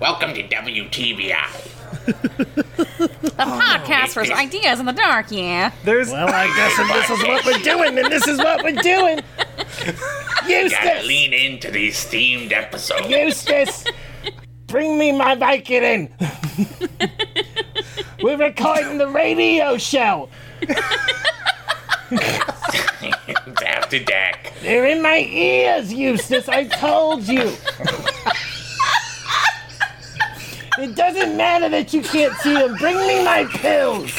Welcome to WTBI. The podcast for ideas in the dark, yeah. There's Well, I guess and this is what we're doing, and this is what we're doing. Gotta Eustace, lean into these themed episodes. Eustace, bring me my Vicodin. we're recording the radio show. it's after dark. They're in my ears, Eustace. I told you. It doesn't matter that you can't see them. Bring me my pills.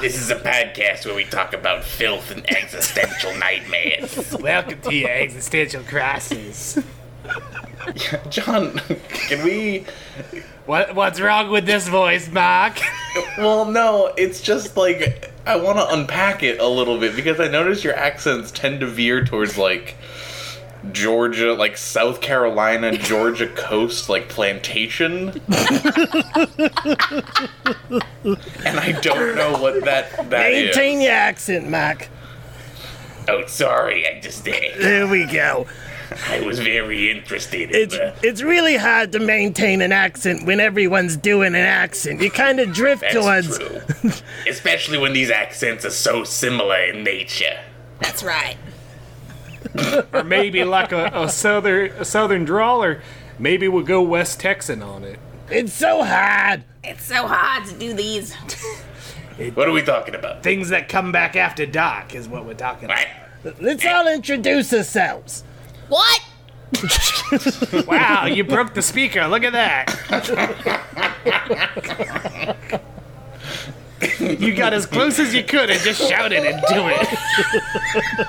This is a podcast where we talk about filth and existential nightmares. welcome to your existential crisis. John, can we? What what's wrong with this voice, Mark? Well, no, it's just like I want to unpack it a little bit because I notice your accents tend to veer towards like Georgia, like South Carolina, Georgia coast, like plantation. and I don't know what that that is. Maintain your accent, Mark. Oh, sorry, I just uh, There we go. I was very interested. In It's the, it's really hard to maintain an accent when everyone's doing an accent. You kind of drift that's towards. true, especially when these accents are so similar in nature. That's right. or maybe like a, a southern a southern drawl, or maybe we'll go West Texan on it. It's so hard. It's so hard to do these. What are we talking about? Things that come back after dark is what we're talking about. Right. Let's all introduce ourselves. What? Wow, you broke the speaker. Look at that. you got as close as you could and just shouted and do it.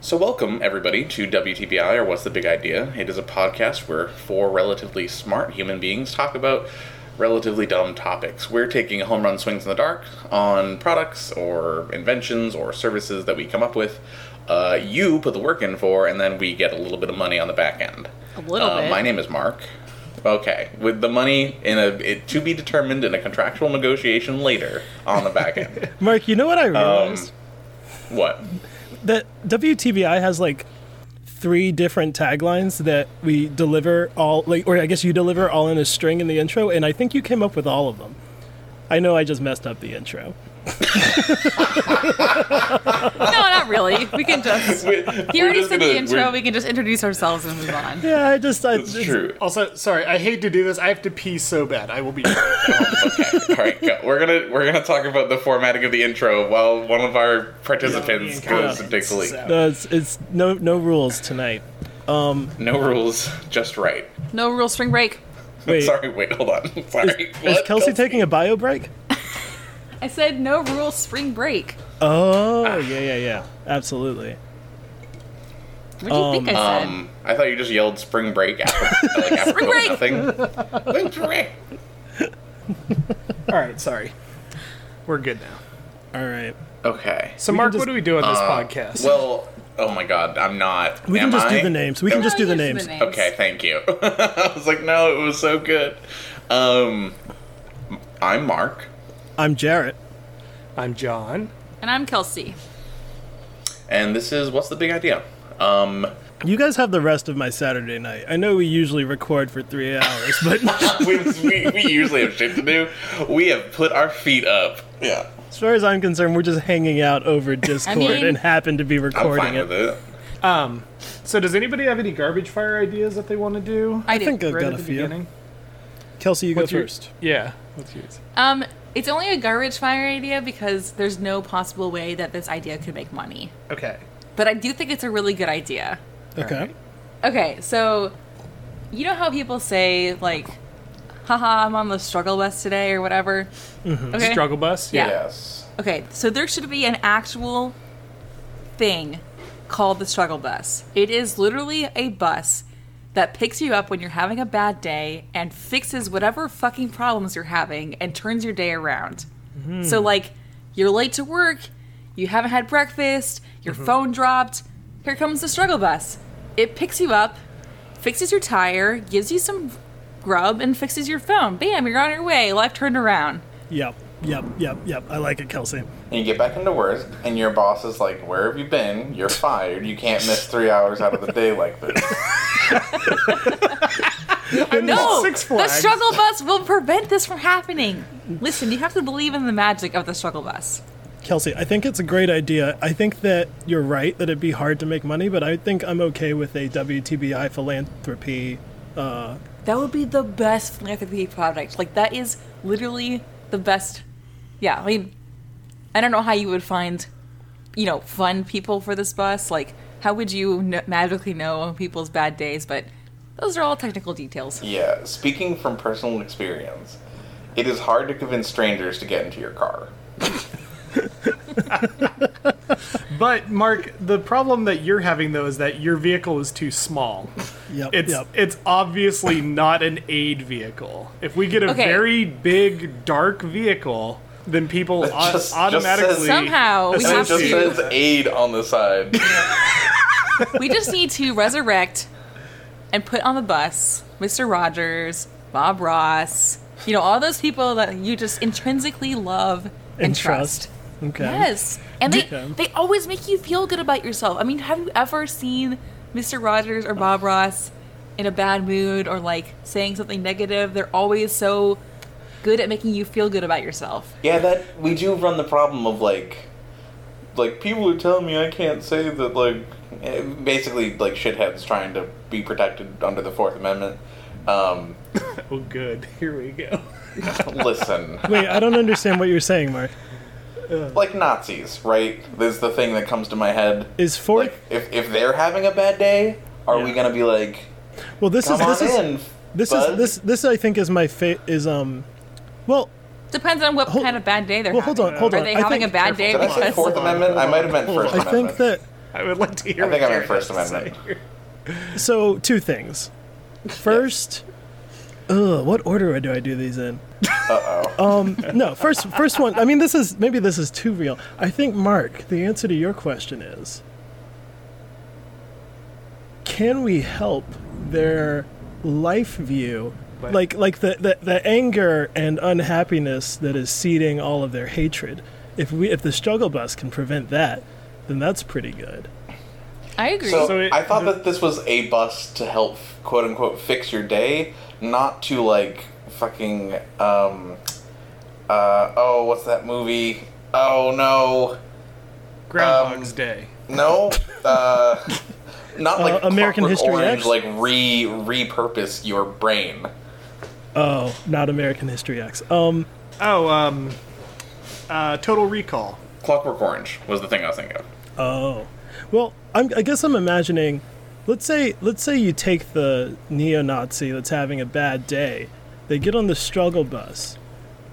So, welcome everybody to WTBI or What's the Big Idea? It is a podcast where four relatively smart human beings talk about relatively dumb topics. We're taking home run swings in the dark on products or inventions or services that we come up with. Uh, you put the work in for, and then we get a little bit of money on the back end. A little Uh, bit. My name is Mark. Okay, with the money in a it, to be determined in a contractual negotiation later on the back end. Mark, you know what I Um, realized? what? that WTBI has like three different taglines that we deliver all like or I guess you deliver all in a string in the intro and I think you came up with all of them. I know I just messed up the intro. No, not really. We can just. We- He we're already just said gonna- the intro. we're- We can just introduce ourselves and move on. Yeah, I just I It's true. Also, sorry, I hate to do this. I have to pee so bad. I will be. All right, go. we're gonna we're gonna talk about the formatting of the intro while one of our participants goes and takes a leak. No, it's, it's no no rules tonight. No rules, just right. No real spring break. Wait. Sorry, wait, hold on. Sorry. Is What? Kelsey taking a bio break? I said no real spring break. Ah. Oh, yeah, yeah, yeah. Absolutely. What do you think I said? Um, I thought you just yelled "spring break" after like after Spring break! nothing. Spring break. All right, sorry. We're good now. All right. Okay. So, Mark, just- what do we do on this podcast? Uh, Well, oh my God, I'm not. We can am just I? do the names. We can just do the Use names. Okay, thank you. I was like, no, it was so good. Um, I'm Mark. I'm Jarrett. I'm John. And I'm Kelsey. And this is what's the big idea? Um, You guys have the rest of my Saturday night. I know we usually record for 3 hours, but we, we, we usually have shit to do. We have put our feet up. Yeah, As far as I'm concerned, we're just hanging out over Discord mean- and happen to be I'm recording fine it. with it. So, does anybody have any garbage fire ideas that they want to do? I, I do. think I've right got at a the few. beginning. Kelsey, you What's go your- first. Yeah. What's yours? Um, it's only a garbage fire idea because there's no possible way that this idea could make money. Okay. But I do think it's a really good idea. Okay. Okay, so you know how people say like, "Haha, I'm on the struggle bus today" or whatever. Okay. Struggle bus. Yeah. Yes. Okay, so there should be an actual thing called the struggle bus. It is literally a bus that picks you up when you're having a bad day and fixes whatever fucking problems you're having and turns your day around. So, like, you're late to work, you haven't had breakfast, your phone dropped. Here comes the struggle bus. It picks you up, fixes your tire, gives you some grub, and fixes your phone. Bam, you're on your way. Life turned around. Yep. Yep. Yep. Yep. I like it, Kelsey. And you get back into work, and your boss is like, "Where have you been? You're fired. You can't miss three hours out of the day like this." No, Six the Flags. struggle bus will prevent this from happening. Listen, you have to believe in the magic of the struggle bus. Kelsey, I think it's a great idea. I think that you're right that it'd be hard to make money, but I think I'm okay with a WTBI philanthropy. That would be the best philanthropy product. Like that is literally the best. Yeah, I mean, I don't know how you would find, you know, fun people for this bus. Like, how would you kn- magically know people's bad days? But those are all technical details. Yeah, speaking from personal experience, it is hard to convince strangers to get into your car. But Mark, the problem that you're having though is that your vehicle is too small. Yep. It's yep. it's obviously not an aid vehicle. If we get a Okay. very big dark vehicle, then people It just- au- just automatically says- Somehow we And it have just to. says aid on the side. We just need to resurrect and put on the bus Mr. Rogers, Bob Ross, you know, all those people that you just intrinsically love and, trust. Okay. Yes. And they, Okay. they always make you feel good about yourself. I mean, have you ever seen Mr. Rogers or Bob Ross in a bad mood or like saying something negative? They're always so good at making you feel good about yourself. Yeah, that we do run the problem of like, like people are telling me I can't say that like, eh, basically like shitheads trying to be protected under the Fourth Amendment. Um, Oh good. Here we go. listen, Wait, I don't understand what you're saying, Mark. like Nazis, right? This is the thing that comes to my head. Is fourth? Like, if if they're having a bad day, are we gonna be like, well, this come is this on is in? this bud." is this this I think is my fa- is um, well, Depends on what kind of bad day they're well, hold having. on, hold Are on. they I having think- a bad day Did I say because Fourth Amendment? I might have meant First I Amendment. think that I would like to hear I think what I'm in Jared First has to Amendment. say. so two things. First, ugh, what order do I do these in? Uh oh. Um, no, first first one. I mean, this is maybe this is too real. I think Mark, the answer to your question is, can we help their life view? Right. Like, like the, the, the anger and unhappiness that is seeding all of their hatred. If we if the struggle bus can prevent that, then that's pretty good. I agree. So, So it- I thought the- that this was a bus to help quote unquote fix your day, not to like fucking um uh oh what's that movie? Oh no. Groundhog's Um, Day. No. Uh not like Uh, American Clockwork History Orange, X? like re repurpose your brain. Oh, not American History X. Um, Oh, um uh Total Recall. Clockwork Orange was the thing I was thinking of. Oh, well, I'm, I guess I'm imagining. Let's say, let's say you take the neo-Nazi that's having a bad day. They get on the struggle bus,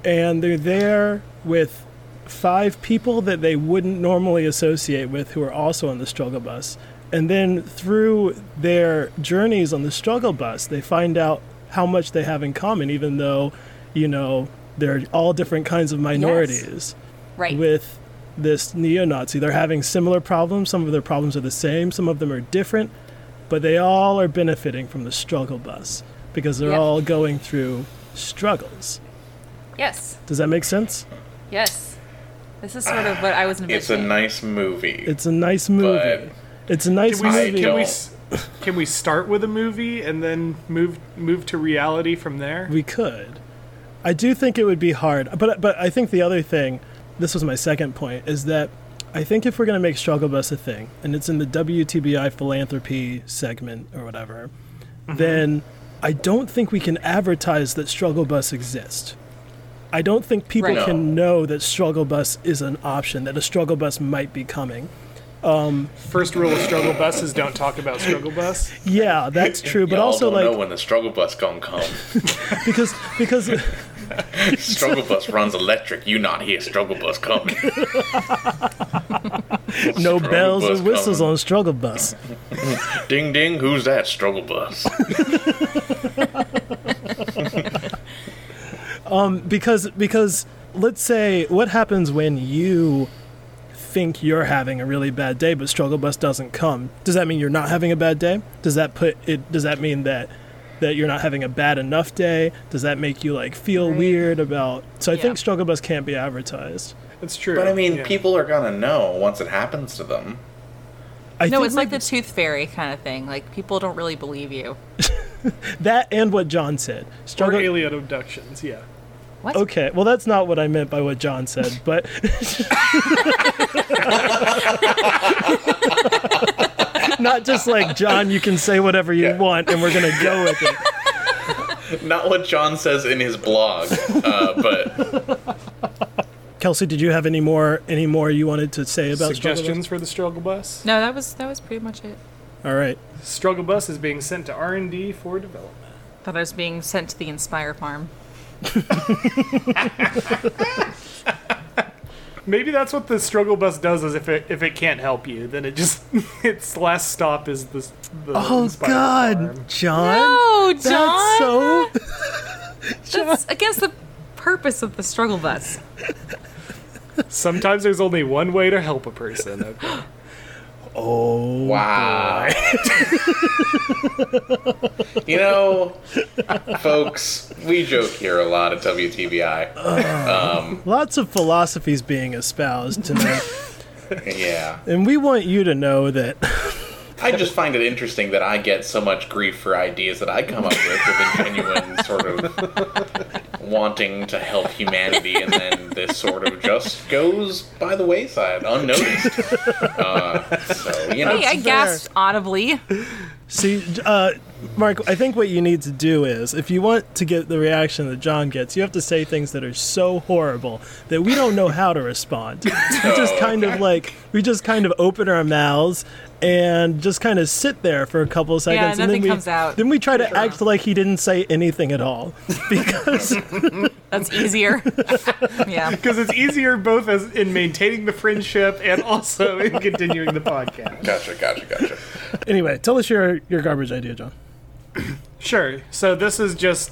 and they're there with five people that they wouldn't normally associate with, who are also on the struggle bus. And then through their journeys on the struggle bus, they find out how much they have in common, even though, you know, they're all different kinds of minorities right. with this neo-Nazi. They're having similar problems. Some of their problems are the same. Some of them are different, but they all are benefiting from the struggle bus because they're Yeah. all going through struggles. yes. Does that make sense? Yes. This is sort of what I was envisioning. It's a nice movie. It's a nice movie. it's a nice Can we, I movie. can don't- we s- can we start with a movie and then move move to reality from there? We could. I do think it would be hard, but but I think the other thing, this was my second point, is that I think if we're gonna make struggle bus a thing, and it's in the WTBI philanthropy segment or whatever, Mm-hmm. then I don't think we can advertise that struggle bus exists. I don't think people Right. can know that struggle bus is an option, that a struggle bus might be coming. First rule of struggle bus is don't talk about struggle bus. Yeah, that's true. But Y'all also don't know like when the struggle bus gonna come. because because struggle bus runs electric. You not here? Struggle bus coming. no Struggle bells bus and whistles coming. on struggle bus. Ding ding. Who's that? Struggle bus. because because let's say what happens when you think you're having a really bad day but struggle bus doesn't come does that mean you're not having a bad day does that put it does that mean that that you're not having a bad enough day does that make you like feel weird about so i Yeah. think struggle bus can't be advertised That's true. But I mean, Yeah. people are gonna know once it happens to them. i No, think it's like the tooth fairy kind of thing. Like people don't really believe you. that and what john said or struggle alien abductions. Yeah. What? okay well that's not what i meant by what john said but not just like john you can say whatever you Yeah. want and we're gonna go with it Not what John says in his blog, uh, but Kelsey, did you have any more any more you wanted to say about struggle Suggestions for the struggle bus. No, that was that was pretty much it. bus? All right, Struggle bus is being sent to R and D for development. Thought I was being sent to the Inspire farm. Maybe that's what the struggle bus does. Is if it if it can't help you, then it just its last stop is the. the Oh spider God, farm. John, No, John. that's so. That's against the purpose of the struggle bus. Sometimes there's only one way to help a person. Okay. wow. you know, folks, we joke here a lot at WTBI. Lots of philosophies being espoused tonight, Yeah. and we want you to know that. I just find it interesting that I get so much grief for ideas that I come up with with a genuine sort of wanting to help humanity, and then this sort of just goes by the wayside unnoticed. Uh, so, you know. Hey, I gasped audibly. See, uh, Mark, I think what you need to do is, if you want to get the reaction that John gets, you have to say things that are so horrible that we don't know how to respond. we just kind of like we just kind of open our mouths and just kind of sit there for a couple of seconds, and nothing then we comes out. then we try to act like he didn't say anything at all because That's easier. yeah. Because it's easier both as in maintaining the friendship and also in continuing the podcast. Gotcha, gotcha, gotcha. anyway, tell us your your garbage idea, John. Sure. So this is just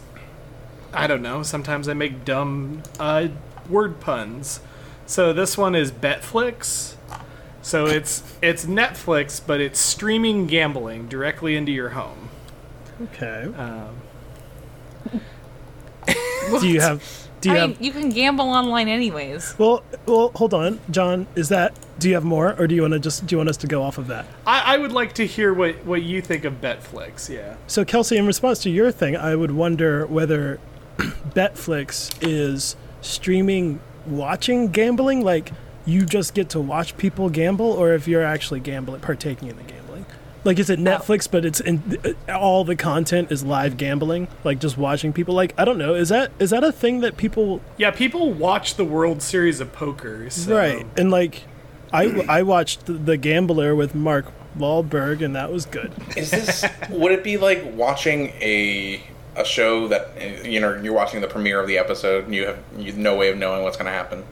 I don't know, sometimes I make dumb uh, word puns. So this one is Betflix. So it's it's Netflix, but it's streaming gambling directly into your home. Okay. Um. do you have? Do I you mean, have? you can gamble online anyways. Well, well, hold on, John. Is that? Do you have more, or do you want to just? Do you want us to go off of that? I, I would like to hear what, what you think of Betflix, yeah. So, Kelsey, in response to your thing, I would wonder whether Betflix is streaming watching gambling, like you just get to watch people gamble, or if you're actually gambling, partaking in the gambling. Like, is it Netflix, but it's in, all the content is live gambling, like just watching people? Like, I don't know. Is that is that a thing that people Yeah, people watch the World Series of Poker, so right? And like, I I watched The- The Gambler with Mark Wahlberg, and that was good. Is this would it be like watching a a show that uh, you know you're watching the premiere of the episode and you have you no way of knowing what's going to happen,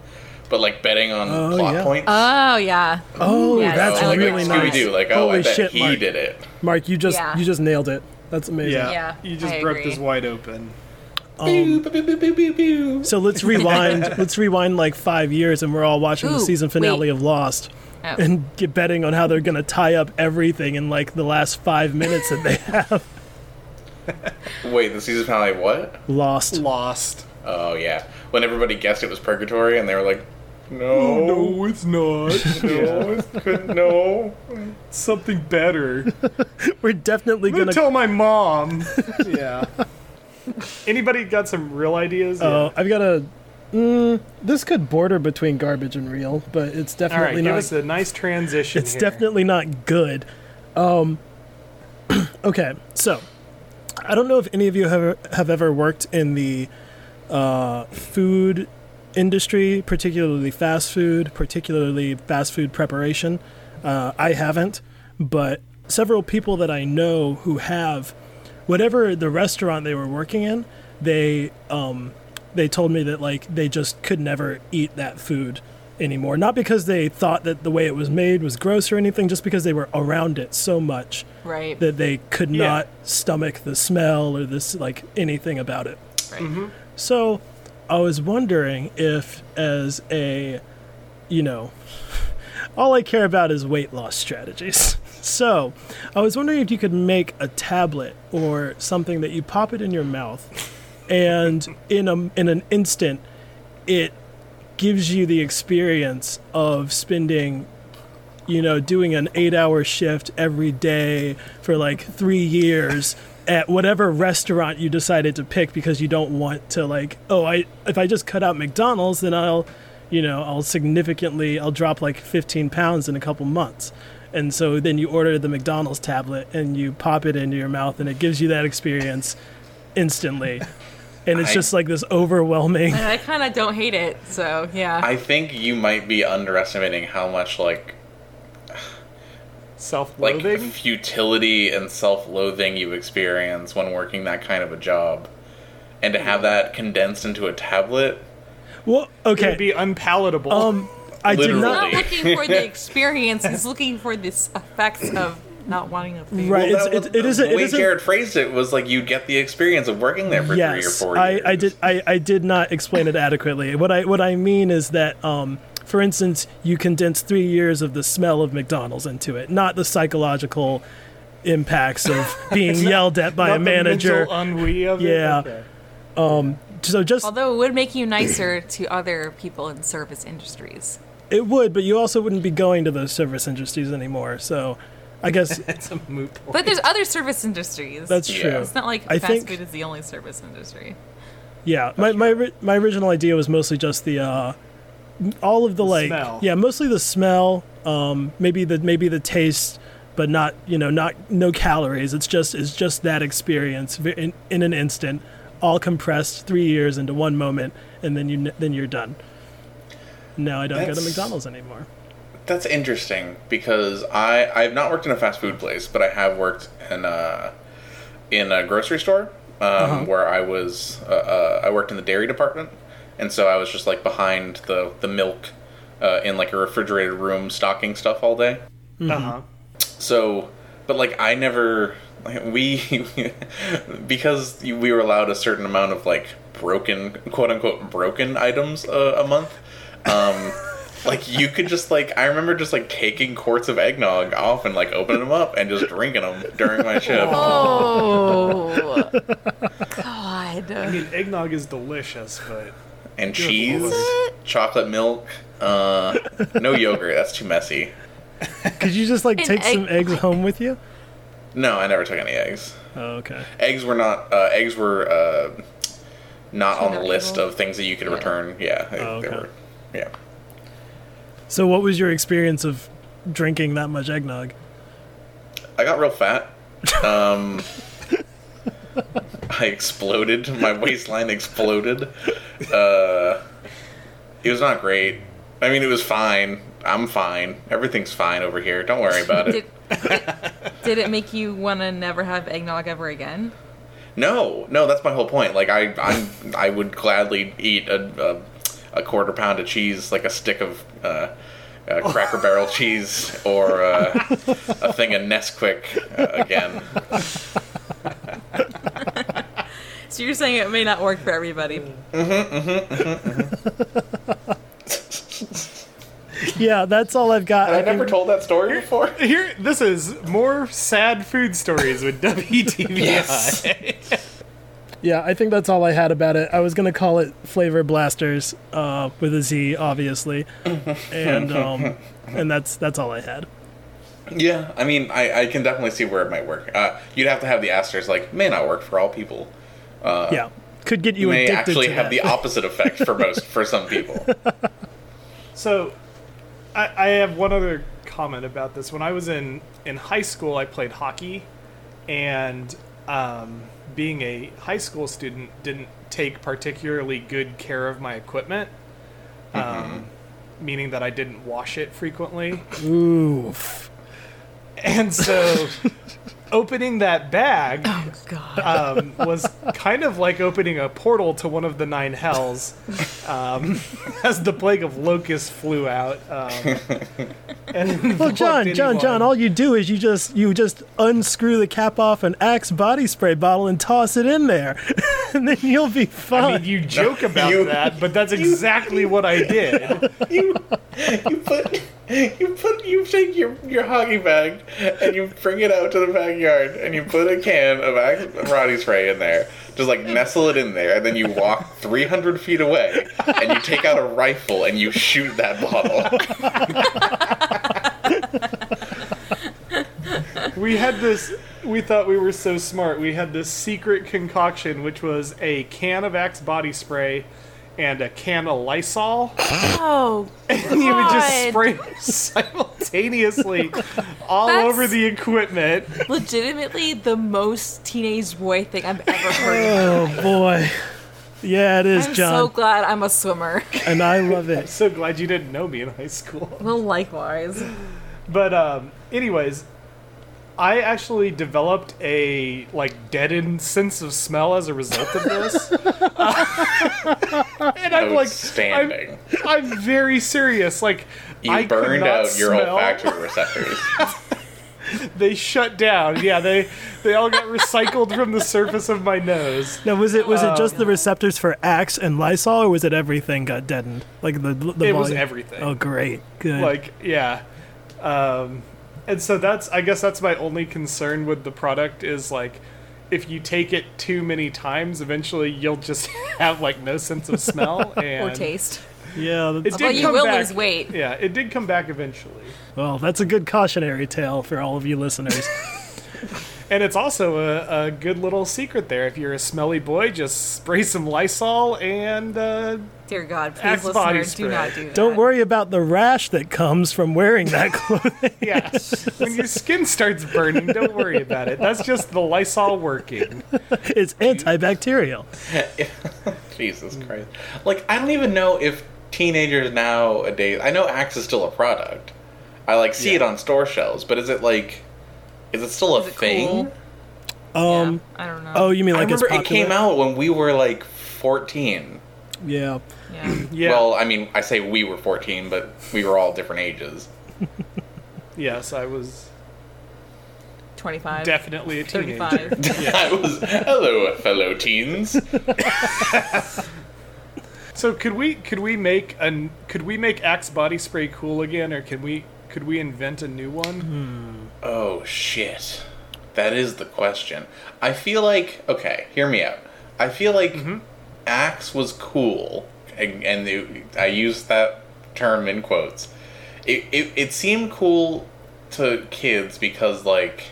but like betting on Oh, plot yeah. points? Oh yeah. Oh, Yes, that's I like, like really that. Scooby nice. Doo, like oh, Holy I bet shit, he Mark. did it. Mark, you just Yeah. you just nailed it. That's amazing. Yeah. Yeah, you just I broke agree. this wide open. Um, So let's rewind. let's rewind like five years, and we're all watching the Ooh, season finale wait. of Lost, Oh. and get betting on how they're gonna tie up everything in like the last five minutes that they have Wait, the season finale of what? lost. Lost. Oh yeah, when everybody guessed it was purgatory and they were like, no, Oh, No, it's not. no, No, it's good, no. it's something better. We're definitely I'm gonna gonna. tell my mom. yeah. Anybody got some real ideas? Oh, I've got a This could border between garbage and real, but it's All right, definitely give not. us a nice transition. It's here. definitely not good. Um, okay, so I don't know if any of you have have ever worked in the uh, food industry, particularly fast food, particularly fast food preparation. Uh, I haven't, but several people that I know who have, whatever the restaurant they were working in, they um, they told me that like they just could never eat that food anymore. Not because they thought that the way it was made was gross or anything, just because they were around it so much Right. that they could Yeah. not stomach the smell or this like anything about it. Right. So I was wondering if as a you know all I care about is weight loss strategies. So I was wondering if you could make a tablet or something that you pop it in your mouth and in a in an instant it gives you the experience of spending you know, doing an eight hour shift every day for like three years at whatever restaurant you decided to pick because you don't want to like, oh, I if I just cut out McDonald's, then I'll, you know, I'll significantly I'll drop like 15 pounds in a couple months. And so then you order the McDonald's tablet and you pop it into your mouth and it gives you that experience instantly. And it's I- just like this overwhelming. And I kind of don't hate it, so yeah. I think you might be underestimating how much like like Self-loathing. futility and self-loathing you experience when working that kind of a job, and to have that condensed into a tablet. Well, it okay. would be unpalatable. um, I did Literally. not He's not looking for the experience. He's looking for the s- effects of not wanting a food. Right. Well, it's- that it- it was- isn't- The it way isn't- Jared phrased it was like you get the experience of working there for three or four years. I, I did I, I did not explain it adequately. What I what I mean is that um, for instance, you condense three years of the smell of McDonald's into it, not the psychological impacts of being yelled at by Not a the manager. mental uh, ennui of it? Yeah. Okay. So just Although it would make you nicer to other people in service industries. it would, but you also wouldn't be going to those service industries anymore. So I guess That's a moot point. But there's other service industries. that's Yeah. true. It's it's not like I fast think- food is the only service industry. Yeah, my my, ri- my original idea was mostly just the uh, all of the like smell. yeah, mostly the smell, um, maybe the maybe the taste, but not you know not no calories. It's just it's just that experience ve- in, in an instant, all compressed three years into one moment, and then you kn- then you're done. Now I don't go That's- to McDonald's anymore. That's interesting because I I've not worked in a fast food place, but I have worked in a in a grocery store um, where I was uh, uh, I worked in the dairy department, and so I was just like behind the the milk uh, in like a refrigerated room stocking stuff all day. uh-huh. So, but like I never like, we because we were allowed a certain amount of like broken quote unquote broken items uh, a, a month. Um, like you could just like I remember just like taking quarts of eggnog off and like opening them up and just drinking them during my shift. Oh, God. Eggnog is delicious, but And cheese, lord. chocolate milk, uh, no yogurt. That's too messy. Could you just like An take some egg- eggs home with you? No, I never took any eggs. Oh, okay. Eggs were not uh, eggs were uh, not on the Returnable? list of things that you could return. Yeah, they, Oh, they okay. were. Yeah. So what was your experience of drinking that much eggnog? I got real fat. Um, I exploded. My waistline exploded. Uh, it was not great. I mean, it was fine. I'm fine. Everything's fine over here. Don't worry about Did, it. did it make you want to never have eggnog ever again? No, no, that's my whole point. Like I, I'm, I would gladly eat a, a, a quarter pound of cheese, like a stick of uh, uh, Cracker Barrel cheese, or uh, a thing of Nesquik uh, again. So you're saying it may not work for everybody. Mm. Yeah, that's all I've got. I think- never told that story before. here this is more sad food stories with WTVI. Yeah, I think that's all I had about it. I was gonna call it Flavor Blasters uh, with a Z, obviously, and um, and that's that's all I had. Yeah, I mean, I, I can definitely see where it might work. Uh, you'd have to have the asterisk, like, may not work for all people. yeah, could get you may addicted actually to have that. the Oh, opposite effect for most for some people. So, I, I have one other comment about this. When I was in in high school, I played hockey, and um, being a high school student, didn't take particularly good care of my equipment. Um, meaning that I didn't wash it frequently. Oof. And so opening that bag Oh God. um, was kind of like opening a portal to one of the nine hells um, as the plague of locusts flew out. Um, and Well, John, John, John, all you do is you just you just unscrew the cap off an Axe body spray bottle and toss it in there, and then you'll be fine. I mean, you joke about You- that, but that's exactly what I did. you you put you put you take your your hockey bag and you bring it out to the backyard and you put a can of Axe Roddy spray in there, just like nestle it in there, and then you walk 300 feet away and you take out a rifle and you shoot that bottle. We had this. We thought we were so smart. We had this secret concoction, which was a can of Axe body spray and a can of Lysol. oh, And you would God. just spray them simultaneously all That's- over the equipment. legitimately the most teenage boy thing I've ever heard. of. oh boy, yeah, it is, I'm so John, glad I'm a swimmer. and I love it. So glad you didn't know me in high school. well, likewise. But um, anyways, I actually developed a like deadened sense of smell as a result of this. and I'm like, Outstanding. I'm, I'm very serious. Like, You I could burned not out your smell. olfactory receptors. They shut down. Yeah, they they all got recycled from the surface of my nose. Now, was it was it just the receptors for Axe and Lysol, or was it everything got deadened? Like the the It was volume? everything. Oh, great, good. like yeah um and so that's i guess that's my only concern with the product is like if you take it too many times eventually you'll just have like no sense of smell and Or taste. yeah, that's, it did Well, you come will back- lose weight. yeah it did come back eventually well, that's a good cautionary tale for all of you listeners. and it's also a, a good little secret there if you're a smelly boy just spray some lysol and uh, Dear God, please, Axe body listener, do not spray. do that. Don't worry about the rash that comes from wearing that clothing. yeah when your skin starts burning don't worry about it that's just the lysol working it's antibacterial. Jesus Mm. Christ. Like, I don't even know if teenagers nowadays. I know Axe is still a product. I, like, see it on store shelves, but is it, like. Is it still a it thing? cool? Yeah, Um. I don't know. Oh, you mean I like it's remember popular? it came out when we were, like, 14. Yeah. yeah. yeah Well, I mean, I say we were 14, but we were all different ages. yes i was 25. definitely a teenager 35. I was. Hello, fellow teens. So could we could we make an could we make Axe body spray cool again, or can we could we invent a new one? Oh shit. That is the question. I feel like okay, hear me out. I feel like Mm-hmm. Axe was cool, and, and it- I use that term in quotes. It, it it seemed cool to kids because like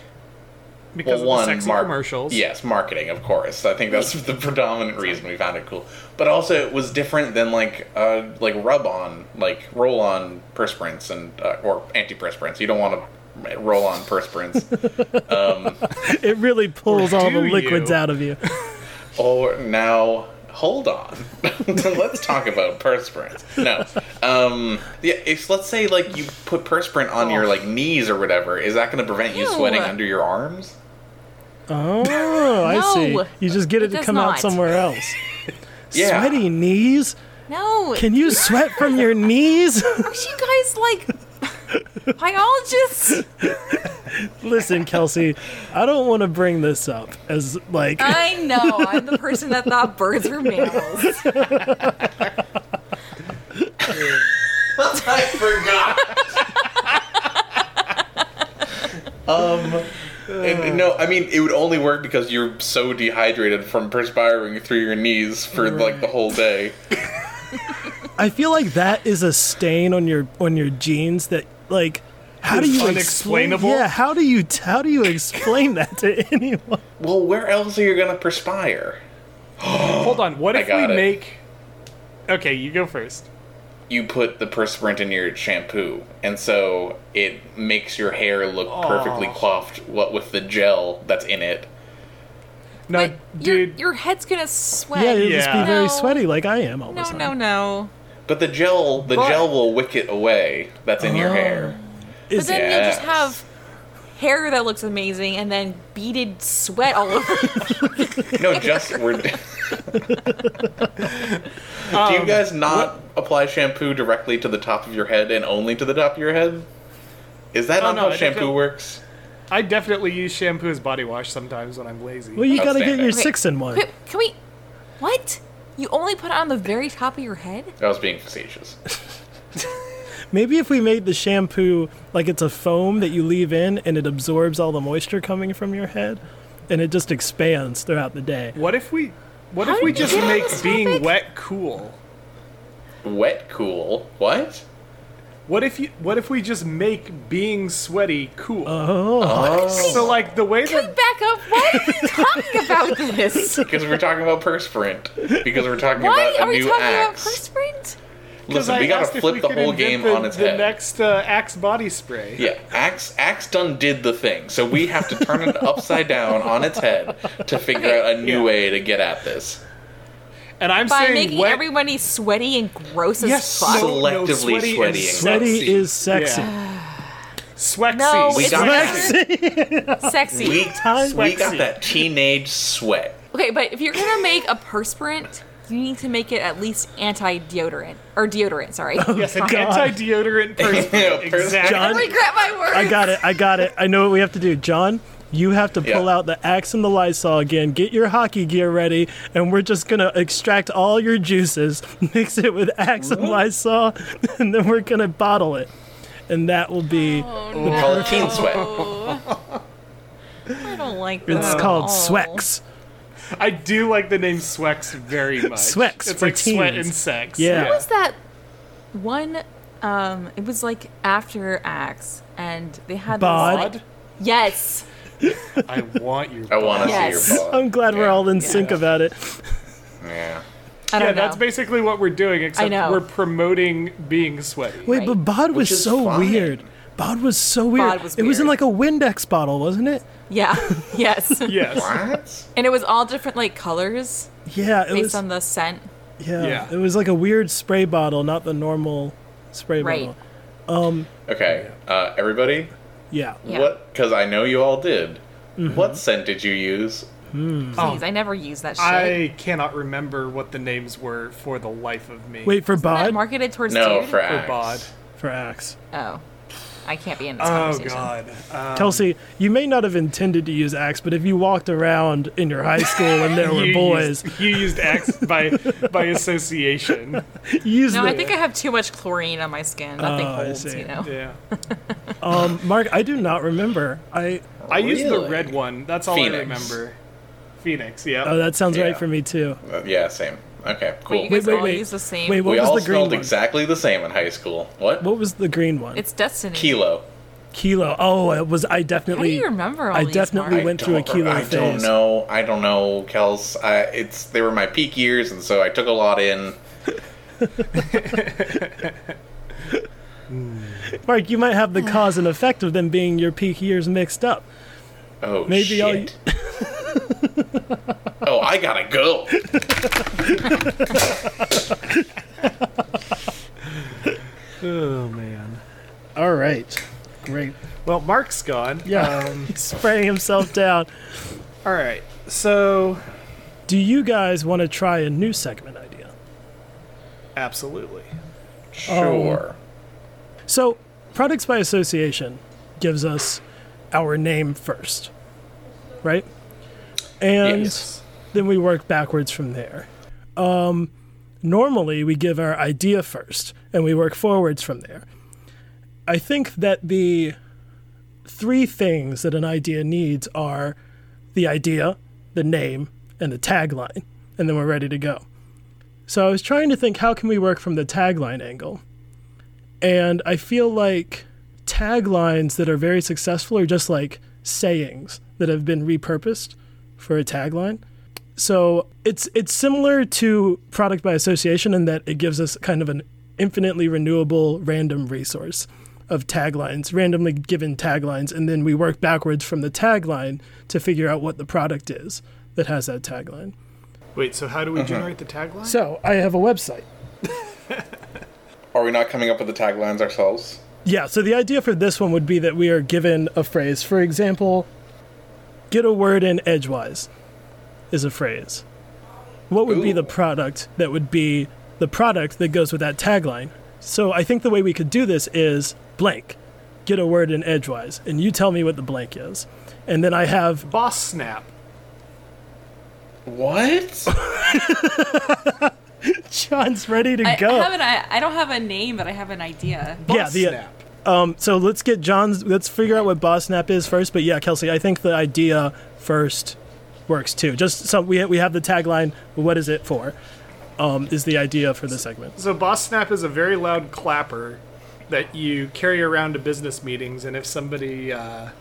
well, Because of one the sexy mar- commercials. Yes, marketing, of course. I think that's the predominant reason we found it cool. But also, it was different than like uh, like rub on, like roll on perspirants and uh, or antiperspirants. You don't want to roll on perspirants. It really pulls Or all the do liquids you? out of you. Or now, hold on. let's talk about perspirants. No, um, yeah. If let's say like you put perspirant on Oh. your like knees or whatever, is that going to prevent you Ew. sweating under your arms? Oh, I see. No, You just get it, it to does come out not. somewhere else. Yeah. Sweaty knees? No. Can you sweat from your knees? Aren't you guys like biologists? Listen, Kelsey, I don't want to bring this up as like I know. I'm the person that thought birds were mammals. I forgot. um, and- no, I mean it would only work because you're so dehydrated from perspiring through your knees for like the whole day. I feel like that is a stain on your on your jeans that like how do Is you explain- unexplainable? yeah, how do you how do you explain that to anyone? Well, where else are you gonna perspire? Hold on. What I if got we it. make? Okay, you go first. You put the perspirant in your shampoo, and so it makes your hair look perfectly coiffed. What with the gel that's in it. No, But your, dude. your head's gonna sweat. Yeah, you'll just Yeah. be very No. sweaty like I am all the no, time. no, no. But the gel, the But- gel will wick it away. That's in your hair. But Is then it? you'll just Yes. have hair that looks amazing and then beaded sweat all over. No, just we're. Do Um, you guys not apply shampoo directly to the top of your head and only to the top of your head? Is that Oh, not no, how I think shampoo it- works? I definitely use shampoo as body wash sometimes when I'm lazy. Well, you gotta get your Outstanding. six in one. Wait, Can we? What? You only put it on the very top of your head? I was being facetious. Maybe if we made the shampoo like it's a foam that you leave in and it absorbs all the moisture coming from your head and it just expands throughout the day. What if we? What How if we did you just get on make this being topic? wet cool? Wet cool. What? What if you? What if we just make being sweaty cool? Oh, so like the way Can we that back up? Why are you talking about this? Because Oh. we're talking about perspirant. Because we're talking Why about a are we new talking axe. about perspirant? because Listen, I we gotta asked if flip we the could whole invent game the, on its the head. next uh, Axe body spray. Yeah, Axe Axe Dunn did the thing, so we have to turn it upside down on its head to figure out a new way to get at this. And I'm By saying making wet. everybody sweaty and gross Yes, as fuck. so- Selectively sweaty and sweatying. sweaty sexy. is sexy. Swexy. No, We it's got not We, sexy. we got Swexy. that teenage sweat. Okay, but if you're gonna make a perspirant, you need to make it at least anti-deodorant or deodorant. Sorry, Yes, an God. anti-deodorant Yeah, perspirant. exactly. John, regret my words. I got it. I got it. I know what we have to do. John, you have to Yeah. pull out the axe and the Lysol again. Get your hockey gear ready, and we're just gonna extract all your juices, mix it with axe and Lysol, and then we're gonna bottle it, and that will be. Oh, Call it teen sweat. I don't like that. It's at called all. Swex. I do like the name Swex very much. Swex It's for like sweat teens. and sex. Yeah. What was that one? Um, it was like after Axe, and they had this, like- Bod. God, yes, I want your. I want to Yes. see your ball. I'm glad we're Yeah. all in sync about it. Yeah. I Yeah, don't know. that's basically what we're doing. Except know. we're promoting being sweaty. Wait, Right. but Bod was is so fine. weird. Bod was so weird. Bod was It was in weird. like a Windex bottle, wasn't it? yeah, yes, Yes. What? and it was all different like colors Yeah, it based was. on the scent. yeah, Yeah. it was like a weird spray bottle, not the normal spray Right. bottle. Okay, uh, everybody, Yeah. Yeah. what? Because I know you all did. Mm-hmm. What scent did you use? Please, I never use that shit. I cannot remember what the names were for the life of me. Wait for Isn't that Bod marketed towards No, dude? for for Axe. bod. for Axe. oh, I can't be in this Oh conversation. god. Um, Uh, Kelsey, you may not have intended to use Axe, but if you walked around in your high school and there were you boys, Used, you used X by by association. use No, the. I think I have too much chlorine on my skin. Nothing Oh, I holds, see. you know. Yeah. um, Mark, I do not remember. I. I used the Oh, Really? red one. That's all Phoenix. I remember. Phoenix. Yeah. Oh, that sounds Yeah. right for me too. Uh, yeah, same. Okay, cool. Wait, you guys wait, all wait. use the same. Wait, what we was all the green smelled one? exactly the same in high school. What? What was the green one? It's destiny. Kilo. kilo. Oh, it was. I How do definitely. you remember all I these, definitely Mark? went through a don't- kilo I phase. don't know. I don't know, Kels. I, it's they were my peak years, and so I took a lot in. Mark, you might have the cause and effect of them being your peak years mixed up. Oh Maybe I'll- shit! oh, I gotta go. Oh man. All right. Great. Well, Mark's gone. Yeah. He's spraying himself down. All right. So Do you guys want to try a new segment idea? absolutely. Oh. Sure. So, products by association gives us our name first, right? And Yes. then we work backwards from there. Um, normally, we give our idea first and we work forwards from there. I think that the three things that an idea needs are the idea, the name, and the tagline, and then we're ready to go. So I was trying to think how can we work from the tagline angle? And I feel like taglines that are very successful are just like sayings that have been repurposed for a tagline. So it's it's similar to product by association in that it gives us kind of an infinitely renewable random resource of taglines, randomly given taglines, and then we work backwards from the tagline to figure out what the product is that has that tagline. Wait, so how do we Uh-huh. generate the tagline? So I have a website. Are we not coming up with the taglines ourselves? Yeah, so the idea for this one would be that we are given a phrase. For example, get a word in edgewise is a phrase. What would be Ooh. the product that would be the product that goes with that tagline? So I think the way we could do this is blank, get a word in edgewise, and you tell me what the blank is. And then I have Boss snap. What? John's ready to I, I go. have an, I, I don't have a name, but I have an idea. Boss Yeah, the- snap. Um, so let's get John's. Let's figure out what boss snap is first. But yeah, Kelsey, I think the idea first works too. Just so we we have the tagline. What is it for? Um, is the idea for the segment? So boss snap is a very loud clapper that you carry around to business meetings, and if somebody uh,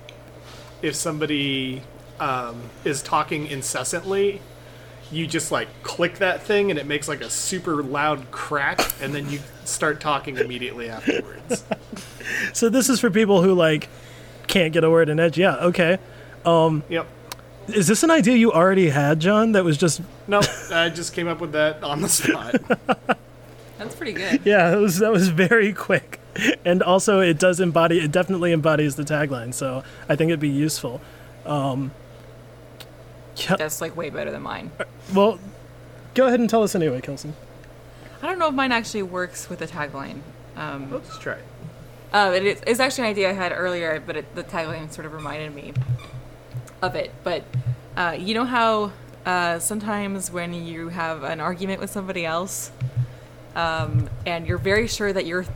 if somebody um, is talking incessantly, you just like click that thing, and it makes like a super loud crack, and then you start talking immediately afterwards. So this is for people who like can't get a word in edge. Yeah, okay. yep. Is this an idea you already had, John? That was just No, I just came up with that on the spot. That's pretty good. yeah. That was that was very quick. And also, it does embody. It definitely embodies the tagline. So I think it'd be useful. That's like way better than mine. Well, go ahead and tell us anyway, Kelson. I don't know if mine actually works with the tagline. um, Let's try it. Uh, it is, it's actually an idea I had earlier, but it, the tagline sort of reminded me of it. But uh, you know how uh, sometimes when you have an argument with somebody else, um, and you're very sure that your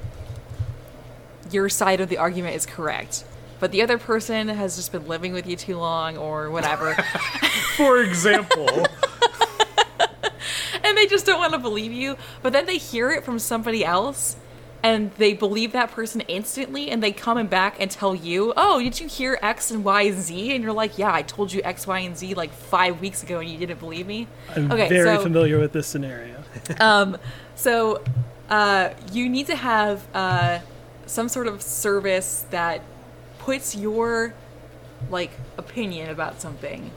your side of the argument is correct, but the other person has just been living with you too long or whatever, For example, and they just don't want to believe you. But then they hear it from somebody else, and they believe that person instantly, and they come and back and tell you, "Oh, did you hear X and Y and Z?" And you're like, "Yeah, I told you X, Y, and Z like five weeks ago, and you didn't believe me." I'm very familiar with this scenario. So uh, you need to have uh, some sort of service that puts your like opinion about something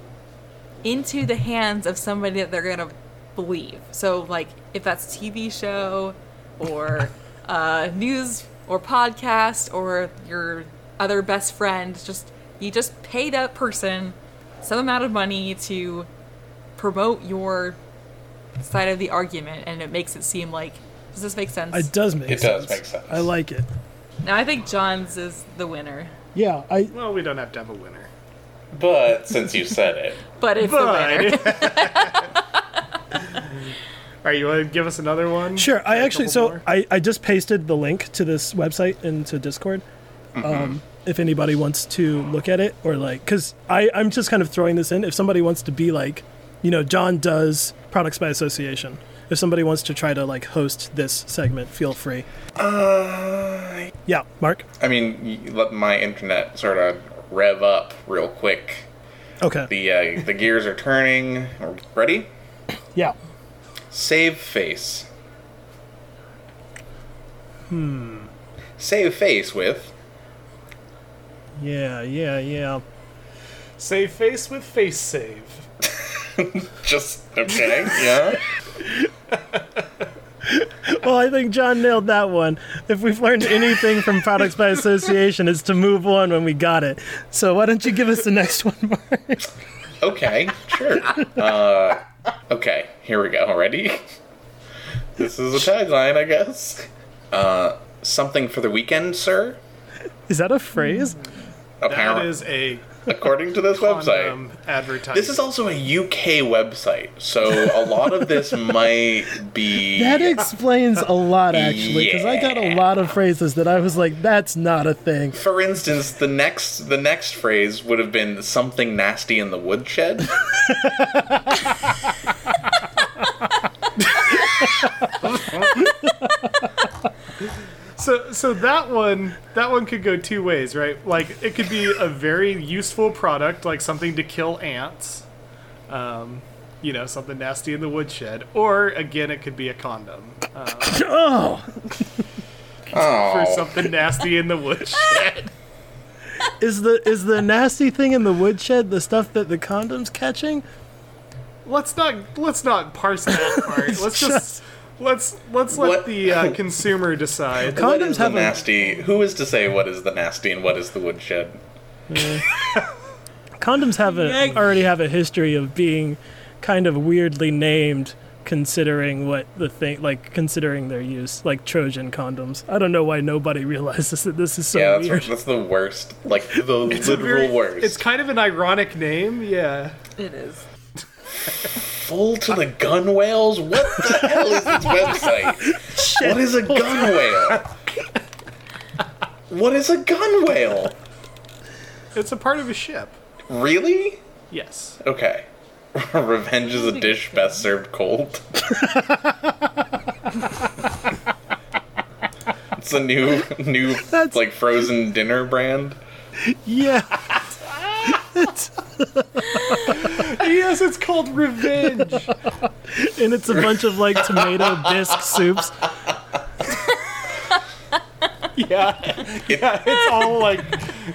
into the hands of somebody that they're gonna believe. So like if that's TV show or uh, news or podcast or your other best friend, just you just pay that person some amount of money to promote your side of the argument and it makes it seem like does this make sense? It does make It sense. does make sense. I like it. now I think John's is the winner. Yeah, I well, we don't have to have a winner. But since you said it, But it's the winner. But All right, you want to give us another one? sure. I A actually couple so more? I, I just pasted the link to this website into Discord. Mm-hmm. Um, if anybody wants to look at it or like, because I I'm just kind of throwing this in. If somebody wants to be like, you know, John does products by association. If somebody wants to try to like host this segment, feel free. uh, Yeah, Mark. I mean, you let my internet sort of rev up real quick. Okay. The uh, the gears are turning. Ready? yeah. Save face. Hmm. Hmm. Save face with Yeah. Yeah. Yeah. Save face with face save. just okay. yeah. Well, I think John nailed that one. If we've learned anything from products by association, it's to move on when we got it. So why don't you give us the next one, Mark? Okay, sure. Uh, okay, here we go. Ready? This is a tagline, I guess. Uh, something for the weekend, sir. Is that a phrase? That Apparently, is um, a according to this website. condom advertisement. This is also a UK website, so a lot of this might be. That explains a lot, actually, because I got a lot of phrases that I was like, "That's not a thing." For instance, the next the next phrase would have been something nasty in the woodshed. so so that one that one could go two ways, right? Like it could be a very useful product, like something to kill ants, um, you know, something nasty in the woodshed. Or, again, it could be a condom uh, Oh, for Oh, something nasty in the woodshed. is the is the nasty thing in the woodshed the stuff that the condom's catching? Let's not let's not parse that part. Let's Just- just let's let's let What- the uh, consumer decide. what Condoms is the have a- nasty? Who is to say what is the nasty and what is the woodshed? Condoms have a, already have a history of being kind of weirdly named, considering what the thing like considering their use, like Trojan condoms. I don't know why nobody realizes that this is so Yeah, weird. that's, that's the worst. Like the It's a literal very- worst. It's kind of an ironic name, yeah. It is. full to the gun whales? What the hell is this website? What is a gun whale? What is a gun whale? It's a part of a ship. Really? Yes. Okay. Revenge is a dish best served cold. it's a new new like frozen dinner brand. Yeah, yes, it's called Revenge. and it's a bunch of like tomato bisque soups. yeah. Yeah, it's all like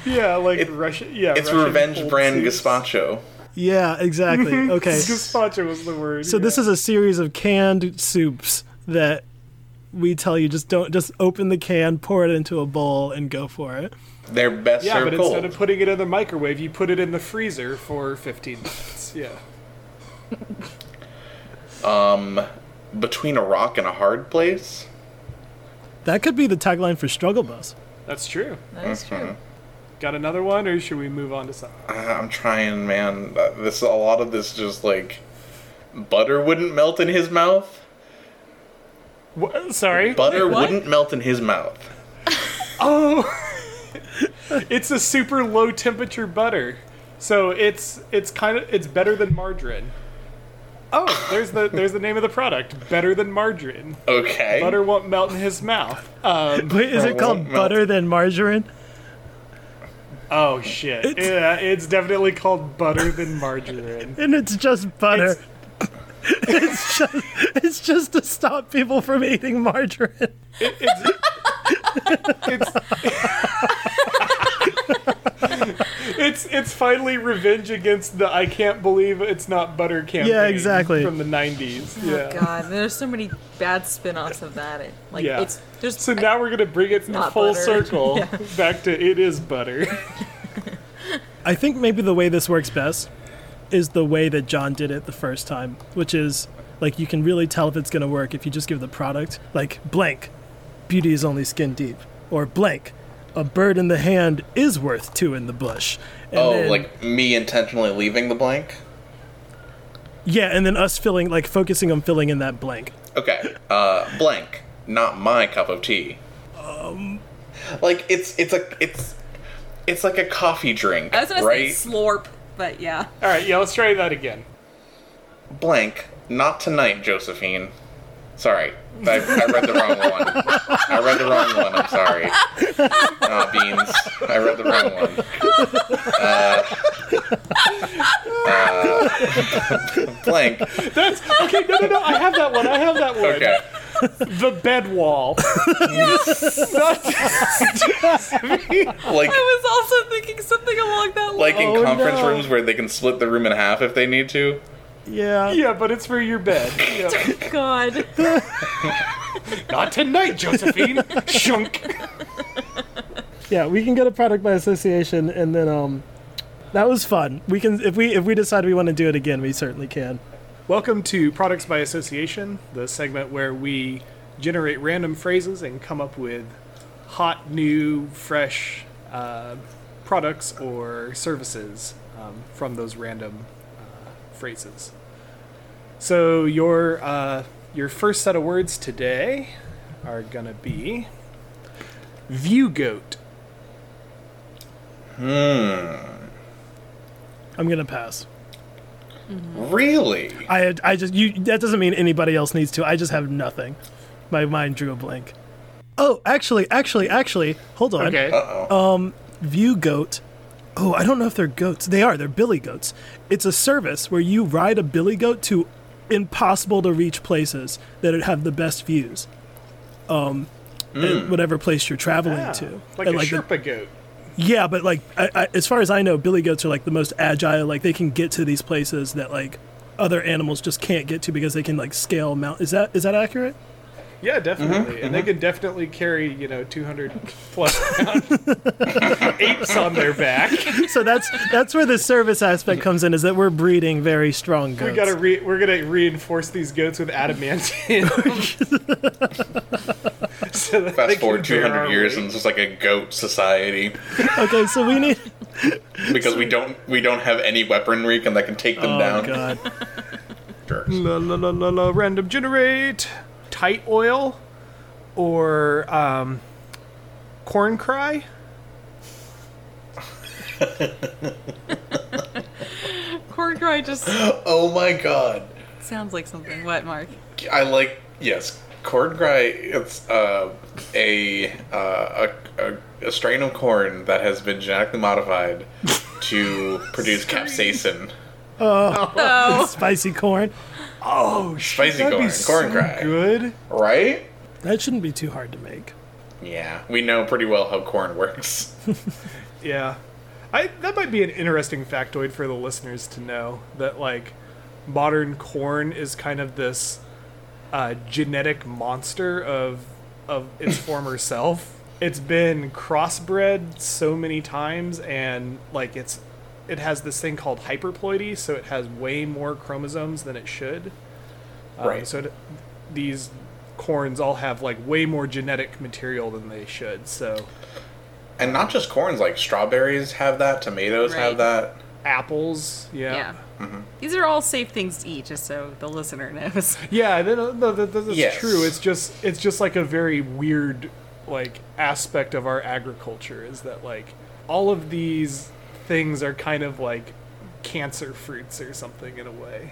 yeah, like It- Russian yeah, It's Russian revenge cold brand soups. gazpacho. Yeah, exactly. Okay. Gazpacho was the word. So this is a series of canned soups that we tell you just don't just open the can, pour it into a bowl, and go for it. They're best yeah, served but cold. instead of putting it in the microwave, you put it in the freezer for 15 minutes. Yeah. Between a rock and a hard place. That could be the tagline for Struggle Bus. That's true. That is true. Got another one or should we move on to something? Uh, I'm trying, man. Uh, This a lot of this just like butter wouldn't melt in his mouth. Wha- Sorry. Butter what? wouldn't melt in his mouth. Oh, it's a super low temperature butter, so it's it's kind of it's better than margarine. Oh, there's the there's the name of the product. Better than margarine. Okay. Butter won't melt in his mouth. Um, Wait, is it Or called won't melt. butter than margarine? oh shit! It's- yeah, it's definitely called butter than margarine. And it's just butter. It's, just it's just to stop people from eating margarine. It's, it's, it's it's finally revenge against the I can't believe it's not butter campaign. exactly. From the '90s. yeah. Oh god, there's so many bad spin-offs of that. It, like Yeah. it's there's So now we're gonna bring it not full butter. circle Yeah. back to it is butter. I think maybe the way this works best is the way that John did it the first time, which is like you can really tell if it's going to work if you just give the product like blank, beauty is only skin deep, or blank, a bird in the hand is worth two in the bush. And oh, then- like me intentionally leaving the blank. yeah, and then us filling like focusing on filling in that blank. Okay. Uh, blank. Not my cup of tea. Um. Like it's it's a it's it's like a coffee drink, I was gonna right? say slorp, but yeah. All right, yeah, let's try that again. blank. Not tonight, Josephine. Sorry, I, I read the wrong one. I read the wrong one. I'm sorry. Ah, beans. I read the wrong one. Uh, uh, blank. That's okay. No, no, no. I have that one. I have that one. Okay. The bed wall. Like I was also thinking something along that like in Oh, conference no. rooms where they can split the room in half if they need to. Yeah. yeah, but it's for your bed. Yeah. line. God. Not tonight, Josephine. Shunk. Yeah, we can get a product by association and then um that was fun. We can if we if we decide we want to do it again, we certainly can. Welcome to Products by Association, the segment where we generate random phrases and come up with hot, new, fresh uh, products or services um, from those random uh, phrases. So your uh, your first set of words today are gonna be view goat. I'm going to pass. Really? I, I just you that doesn't mean anybody else needs to. I just have nothing. My mind drew a blank. Oh, actually, actually, actually, hold on. Okay. Uh oh. View goat oh, I don't know if they're goats. They are. They're billy goats. It's a service where you ride a billy goat to impossible to reach places that have the best views. Um, at whatever place you're traveling to. Ah, Like And, a the- Sherpa goat. yeah, but like I, I, as far as I know, billy goats are like the most agile. Like they can get to these places that like other animals just can't get to because they can like scale mount. Is that is that accurate? Yeah, Mm-hmm. definitely. And they could definitely carry, you know, 200 plus pound apes on their back. So that's that's where the service aspect comes in. Is that we're breeding very strong goats. We gotta re- we're going to reinforce these goats with adamantium. so that they Fast can forward bear 200 our years, weight. and it's just like a goat society okay, so we need. because we don't we don't have any weaponry can that can take them Oh down. god. Jerks. La la la la la. Random generate tight oil or um, corn cry. Corn cry just Oh my god. sounds like something. What, Mark? I like yes, corn gry. It's uh, a, uh, a, a a strain of corn that has been genetically modified to produce capsaicin. Oh, Spicy corn. Oh, shit, Spicy that'd corn, corn be so cry. Good. Right? That shouldn't be too hard to make. Yeah, we know pretty well how corn works. Yeah. I, that might be an interesting factoid for the listeners to know that like modern corn is kind of this uh, genetic monster of of its former self. It's been crossbred so many times and like it's it has this thing called hyperploidy, so it has way more chromosomes than it should. Um, Right. So it, these corns all have like way more genetic material than they should. So And not just corns, like strawberries have that, tomatoes Right. have that. apples, yeah. Mm-hmm. These are all safe things to eat, just so the listener knows. Yeah, that, uh, no, that, that's Yes. true. It's just it's just like a very weird like aspect of our agriculture is that like all of these things are kind of like cancer fruits or something in a way.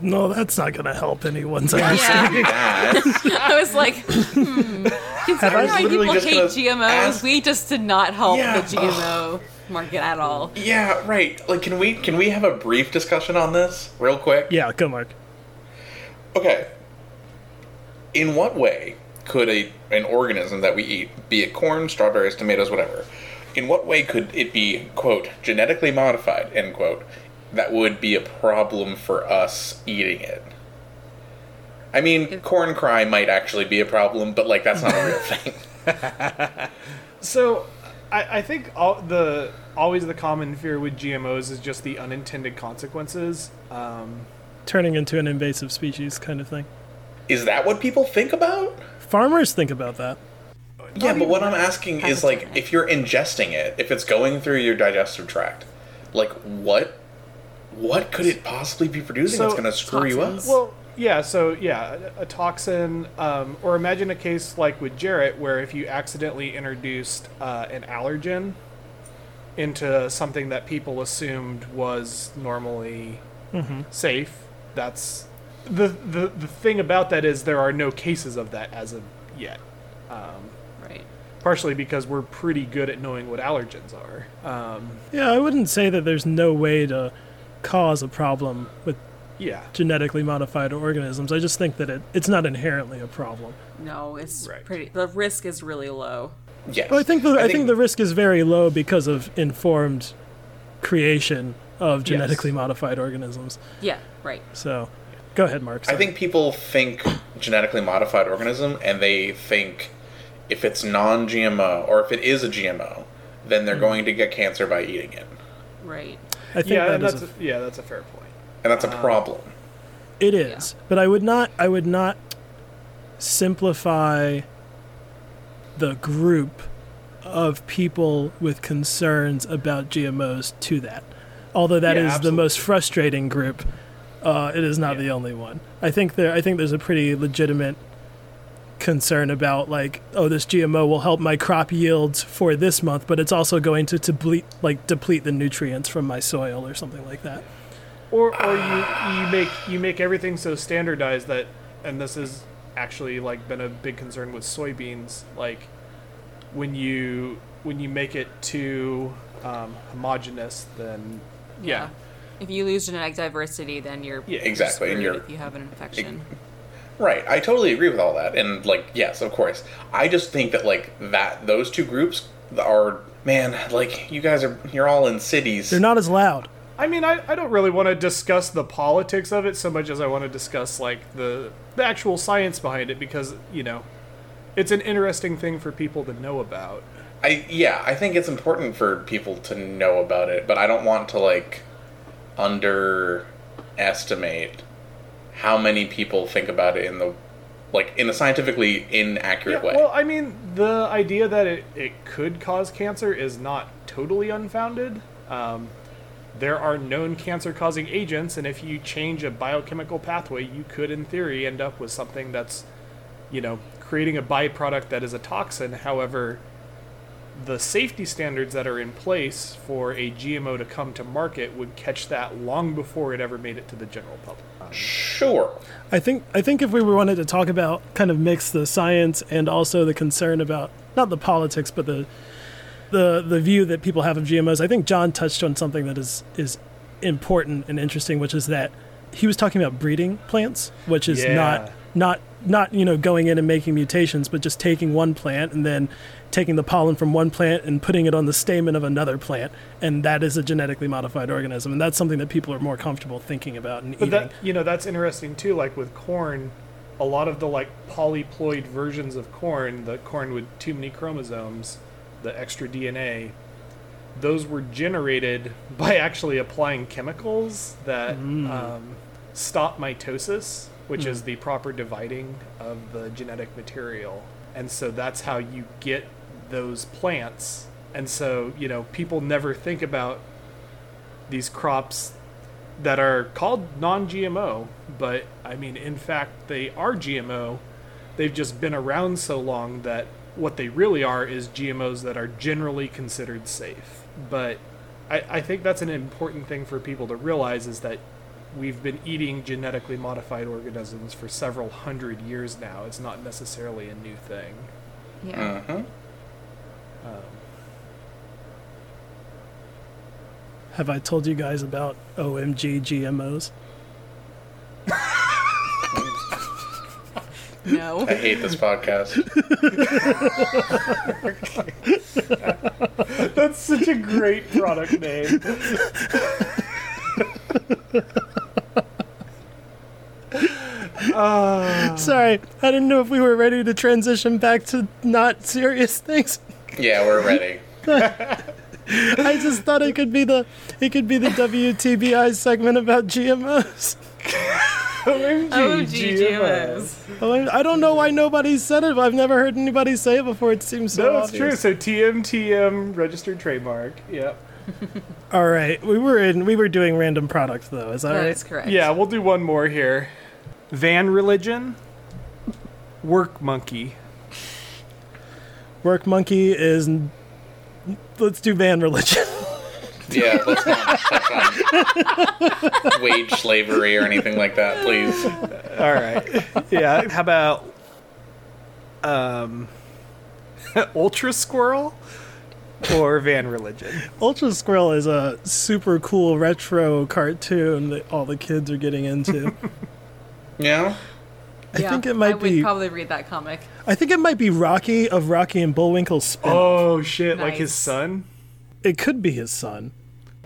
No, that's not gonna help anyone's Yeah, That. I was like, hmm. considering how literally people just hate gonna GMOs, ask- we just did not help Yeah, the GMO market at all. yeah, right. Like, can we can we have a brief discussion on this, real quick? yeah, go Mark. Okay. In what way could a an organism that we eat, be it corn, strawberries, tomatoes, whatever, in what way could it be quote genetically modified end quote that would be a problem for us eating it? I mean, corn cry might actually be a problem, but like that's not a real thing. So I, I think all the always the common fear with GMOs is just the unintended consequences. Um, Turning into an invasive species kind of thing. Is that what people think about? Farmers think about that. Yeah, but what I'm asking is like Pathogenic. if you're ingesting it, if it's going through your digestive tract, like what what could it possibly be producing that's So- going to screw you up? Toxins. Well, yeah. So yeah, a, a toxin, um, or imagine a case like with Jarrett, where if you accidentally introduced uh, an allergen into something that people assumed was normally Mm-hmm. safe, that's the, the the thing about that is there are no cases of that as of yet. Right. Partially because we're pretty good at knowing what allergens are. Um, Yeah, I wouldn't say that there's no way to cause a problem with yeah. genetically modified organisms. I just think that it, it's not inherently a problem. No, it's Right. pretty. The risk is really low. yes. But I think the, I, think, the risk is very low because of informed creation of genetically modified organisms. Yeah. Right. So, go ahead, Mark. I sorry. think people think genetically modified organism and they think if it's non-GMO or if it is a GMO, then they're going to get cancer by eating it. Right. I think Yeah, that and is that's a- a, yeah, that's a fair point. And that's a problem. It is, but I would not. I would not simplify the group of people with concerns about GMOs to that. Although that is Yeah, the most frustrating group, uh, it is not the only one. I think there. I think there's a pretty legitimate concern about like, oh, this GMO will help my crop yields for this month, but it's also going to deplete like deplete the nutrients from my soil or something like that. or or you you make you make everything so standardized that and this has actually like been a big concern with soybeans like when you when you make it to um, homogenous, then Yeah. If you lose genetic diversity, then you're Yeah, exactly, and screwed you're- if you have an infection. Right, I totally agree with all that, and like, yes, of course. I just think that like that those two groups are man, like you guys are you're all in cities. They're not as loud. I mean, I, I don't really want to discuss the politics of it so much as I want to discuss like the the actual science behind it because you know, it's an interesting thing for people to know about. I yeah, I think it's important for people to know about it, but I don't want to like underestimate how many people think about it in the like in a scientifically inaccurate way. Well, I mean, the idea that it, it could cause cancer is not totally unfounded. Um, there are known cancer causing agents, and if you change a biochemical pathway, you could, in theory, end up with something that's, you know, creating a byproduct that is a toxin. However, the safety standards that are in place for a GMO to come to market would catch that long before it ever made it to the general public. sure. I think I think if we wanted to talk about kind of mix the science and also the concern about not the politics but the the the view that people have of GMOs, I think John touched on something that is is important and interesting, which is that he was talking about breeding plants, which is Yeah. not not not you know going in and making mutations, but just taking one plant and then taking the pollen from one plant and putting it on the stamen of another plant, and that is a genetically modified organism, and that's something that people are more comfortable thinking about and But eating. that you know that's interesting too. Like with corn, a lot of the like polyploid versions of corn, the corn with too many chromosomes, the extra DNA, those were generated by actually applying chemicals that Mm. um, stop mitosis, which is the proper dividing of the genetic material, and so that's how you get those plants. And so you know people never think about these crops that are called non-GMO, but I mean, in fact, they are GMO. They've just been around so long that what they really are is GMOs that are generally considered safe. But I, I think that's an important thing for people to realize is that we've been eating genetically modified organisms for several hundred years now. It's not necessarily a new thing. Yeah. uh, Have I told you guys about OMG GMOs? Uh-huh. No. I hate this podcast. That's such a great product name. Sorry, I didn't know if we were ready to transition back to not serious things. yeah, we're ready. I just thought it could be the it could be the WTBI segment about GMOs. OMG GMOs. Oh, I I don't know why nobody said it. but I've never heard anybody say it before. It seems so No, it's true. obvious. So TMTM registered trademark. Yep. All right, we were in we were doing random products though. Is that That right? is correct. Yeah, we'll do one more here. Van religion, work monkey. Work monkey is. Let's do van religion. Yeah, let's not touch on wage slavery or anything like that, please. All right. yeah. How about um, ultra squirrel or van religion? Ultra Squirrel is a super cool retro cartoon that all the kids are getting into. Yeah. I think it might I be. would probably read that comic. I think it might be Rocky of Rocky and Bullwinkle Spin. Oh shit! Like his Nice. son. It could be his son.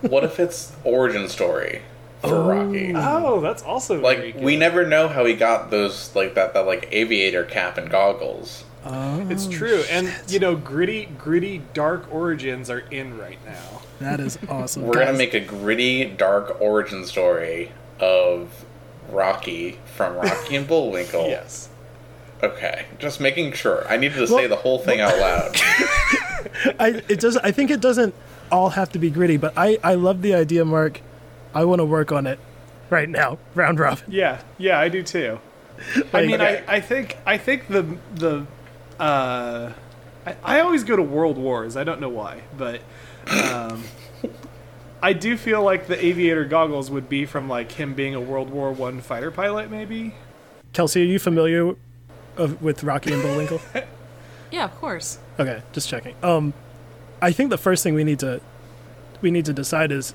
What if it's origin story for Rocky? Oh, that's also very Like good. we never know how he got those like that that like aviator cap and goggles. It's true, and you know, gritty, gritty, dark origins are in right now. That is awesome. We're gonna guys. make a gritty, dark origin story of Rocky from Rocky and Bullwinkle. Yes. Okay. Just making sure. I needed to say the whole thing out loud. I it does. I think it doesn't all have to be gritty, but I I love the idea, Mark. I want to work on it right now. Round robin. Yeah, yeah, I do too. I mean, Okay. I, I think I think the the uh, I, I always go to World Wars. I don't know why, but um, I do feel like the aviator goggles would be from like him being a World War One fighter pilot, maybe. Kelsey, are you familiar of, with Rocky and Bullwinkle? Yeah, of course. Okay, just checking. Um, I think the first thing we need to we need to decide is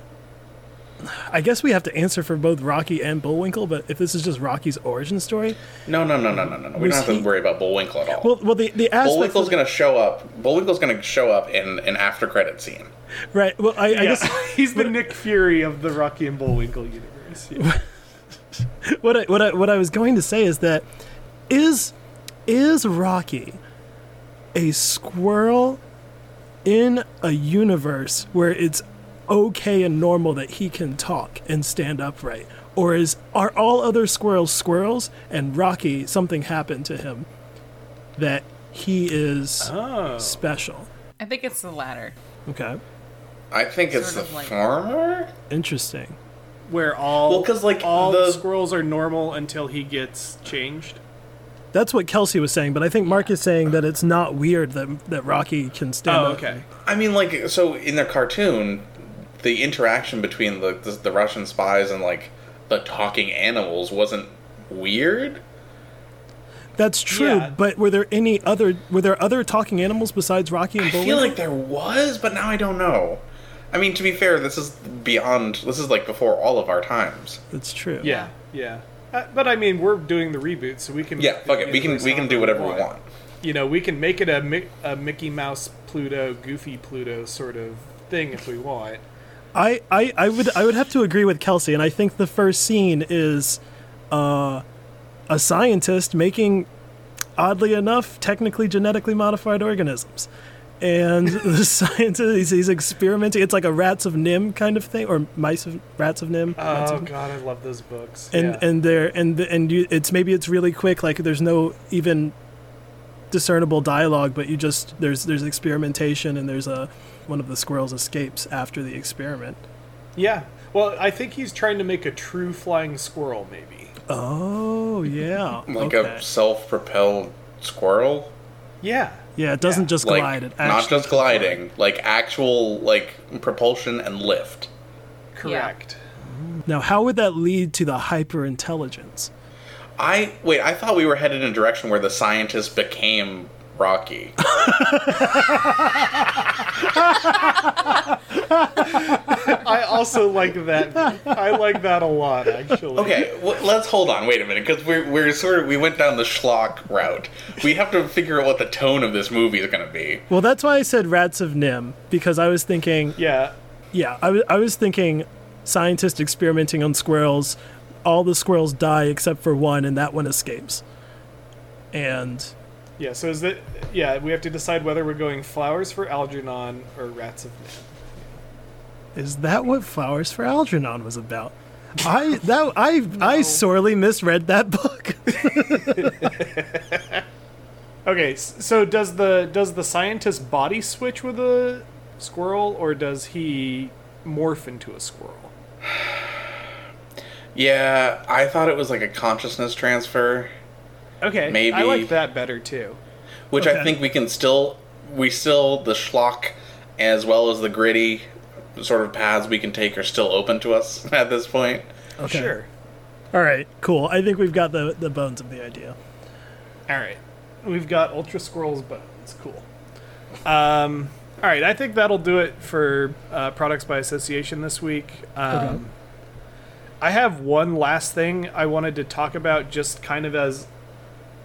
I guess we have to answer for both Rocky and Bullwinkle, but if this is just Rocky's origin story, No, no, no, no, no, no. no. We Was don't have he- to worry about Bullwinkle at all. well, well, the the aspect Bullwinkle's of, gonna show up. Bullwinkle's gonna show up in an after credit scene. right. Well, I, I Yeah. guess he's the Nick Fury of the Rocky and Bullwinkle universe. Yeah. what I, what I, what I was going to say is that is is Rocky a squirrel in a universe where it's okay and normal that he can talk and stand upright or is are all other squirrels squirrels and Rocky something happened to him that he is Oh. special I think it's the latter. okay I think it's Sort of the like- former. interesting Where all Well, 'cause, like, all the- squirrels are normal until he gets changed. that's what Kelsey was saying but I think Mark is saying that it's not weird that that Rocky can stand Oh, up okay. I mean, like, so in their cartoon, the interaction between the, the the Russian spies and like the talking animals wasn't weird. That's true, Yeah. but were there any other were there other talking animals besides Rocky and I Bullwinkle? feel like there was, but now I don't know. I mean, to be fair, this is beyond. This is like before all of our times. That's true. Yeah, yeah. Uh, but I mean, we're doing the reboot, so we can. Yeah, fuck it. We can we can do whatever we want. You know, we can make it a, Mi- a Mickey Mouse Pluto, Goofy Pluto sort of thing if we want. I, I, I would I would have to agree with Kelsey, and I think the first scene is uh, a scientist making oddly enough technically genetically modified organisms. And the scientist he's, he's experimenting it's like a rats of Nim kind of thing or mice of rats of Nim. rats Um, Oh of Nim. God, I love those books. Um, and yeah. and there and and you it's maybe it's really quick like there's no even discernible dialogue but you just there's there's experimentation and there's a one of the squirrels escapes after the experiment yeah. Well, I think he's trying to make a true flying squirrel, maybe. oh yeah Like okay. a self-propelled squirrel. Yeah. yeah it doesn't yeah, just like glide it not actually just gliding, like actual like propulsion and lift. Correct. now how would that lead to the hyper intelligence I wait. I thought we were headed in a direction where the scientist became Rocky. I also like that. I like that a lot, actually. Okay, w- let's hold on. Wait a minute, because we're we're sort of we went down the schlock route. We have to figure out what the tone of this movie is going to be. well that's why i said rats of nim because i was thinking Yeah. Yeah, I wa- I was thinking scientists experimenting on squirrels. All the squirrels die except for one, and that one escapes. And Yeah. So is that? Yeah, we have to decide whether we're going flowers for Algernon or rats of Nim. is that what Flowers for Algernon was about? I that I I sorely misread that book. Okay. s- So does the does the scientist body switch with a squirrel, or does he morph into a squirrel? Yeah, I thought it was like a consciousness transfer, Okay. Maybe. I like that better too. which I Okay. think we can still we still the schlock as well as the gritty sort of paths we can take are still open to us at this point. Okay. Sure. All right. Cool. I think we've got the the bones of the idea. All right. We've got Ultra Squirrel's bones. Cool. Um, all right. I think that'll do it for uh, products by association this week. Um, I have one last thing I wanted to talk about, just kind of as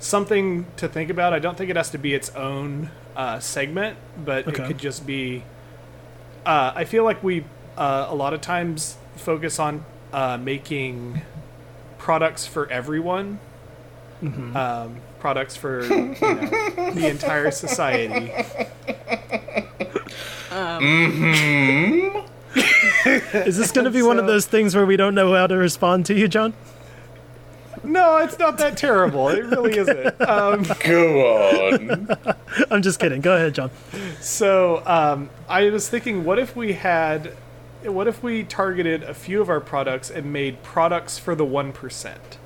something to think about. I don't think it has to be its own uh, segment, but Okay. it could just be. Uh, I feel like we uh, a lot of times focus on uh, making products for everyone, um, products for you know, the entire society. Is this going to be one of So- those things where we don't know how to respond to you, John? No, it's not that terrible. It really isn't. Um, Go on. I'm just kidding. Go ahead, John. so um, I was thinking, what if we had, what if we targeted a few of our products and made products for the one percent?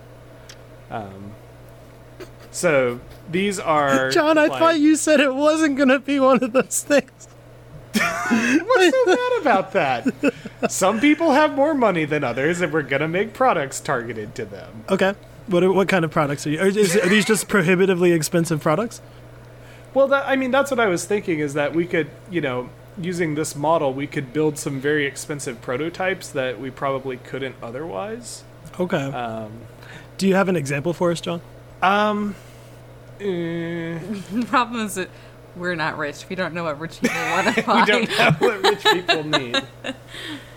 Um, so these are John, I like- thought you said it wasn't going to be one of those things. What's so mad about that. Some people have more money than others, and we're gonna make products targeted to them. Okay. What, are- what kind of products are you? Are, is, are these just prohibitively expensive products? Well, that, I mean, that's what I was thinking is that we could, you know, using this model, we could build some very expensive prototypes that we probably couldn't otherwise. Okay. Um, Do you have an example for us, John? Eh, The problem is that we're not rich. We don't know what rich people want to buy. we don't know what rich people need.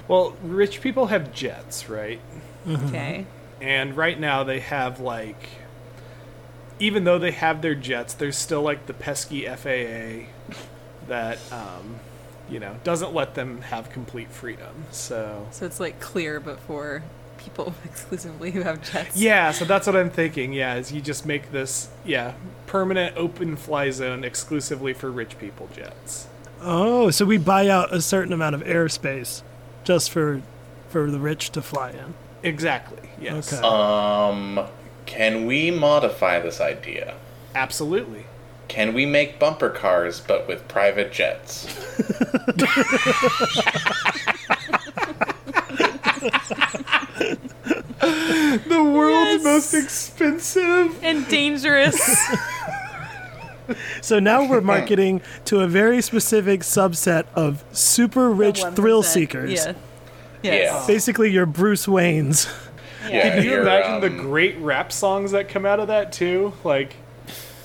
Well, rich people have jets, right? Okay. and right now they have like even though they have their jets there's still like the pesky faa that um, you know doesn't let them have complete freedom so So it's like clear, but for people exclusively who have jets. yeah so that's what i'm thinking yeah is you just make this yeah permanent open fly zone exclusively for rich people jets Oh, so we buy out a certain amount of airspace just for for the rich to fly in. exactly yes Okay. Um, can we modify this idea? absolutely Can we make bumper cars but with private jets? the Yes. world's most expensive And dangerous. So now we're marketing to a very specific subset of super rich thrill seekers. Yeah. Yes. Basically, your Bruce Waynes. Yeah. Can you you're, imagine the um, great rap songs that come out of that too? Like,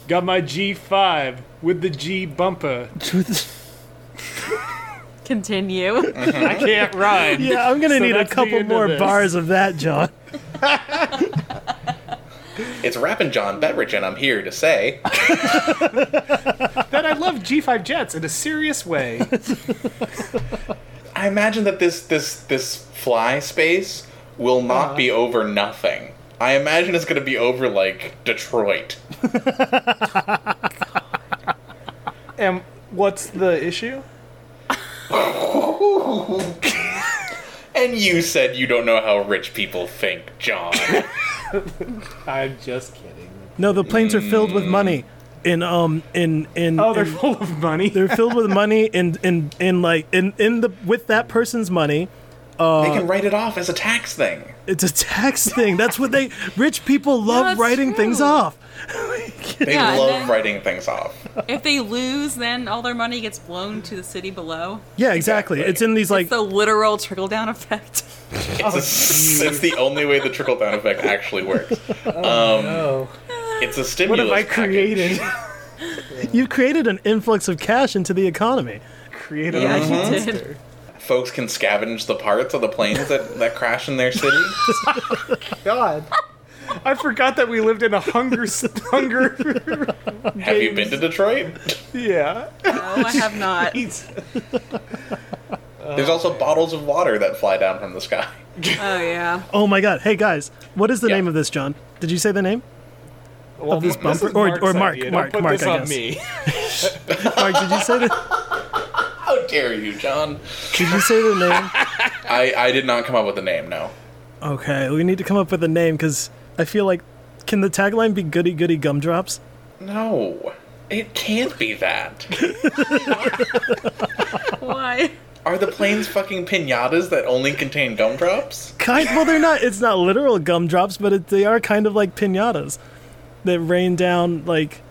got my G5 with the G bumper. Continue. I can't rhyme. yeah, I'm gonna So need a that's the couple end of more this. bars of that, John. It's rapping John Beveridge, and I'm here to say That I love G5 jets in a serious way. I imagine that this this this fly space will Uh-huh. not be over nothing. I imagine it's going to be over like Detroit. and what's the issue? And you said you don't know how rich people think, John. I'm just kidding. No, the planes are filled with money. In um in in Oh, they're in- full of money. they're filled with money in in in like in in the with that person's money. Uh. they can write it off as a tax thing. It's a tax thing. That's what they rich people love that's writing things true. off. They Yeah, and love then- writing things off. if they lose, then all their money gets blown to the city below. Yeah, exactly. Exactly. It's in these like It's the literal trickle down effect. It's, a- it's the only way the trickle down effect actually works. um, It's a Oh, what stimulus. have I package. created? you created an influx of cash into the economy. created Yeah, a you did. monster. Folks can scavenge the parts of the planes that, that crash in their city. God. I forgot that we lived in a hunger s- hunger. have you been to Detroit? yeah. No, I have not. Oh. There's also bottles of water that fly down from the sky. Oh yeah. Oh my god. Hey guys, what is the Yeah. name of this, John? Did you say the name? Well, this m- bumper- is or- Mark's or Mark, idea. Don't Mark, put Mark, this I on guess. me. Mark, did you say the How dare you, John? Did you say the name? I, I did not come up with a name, no. Okay, we need to come up with a name cuz I feel like can the tagline be goody goody gumdrops? No. It can't be that. Why? Are the planes fucking pinatas that only contain gumdrops? Kind well they're not it's not literal gumdrops, but it, they are kind of like piñatas that rain down like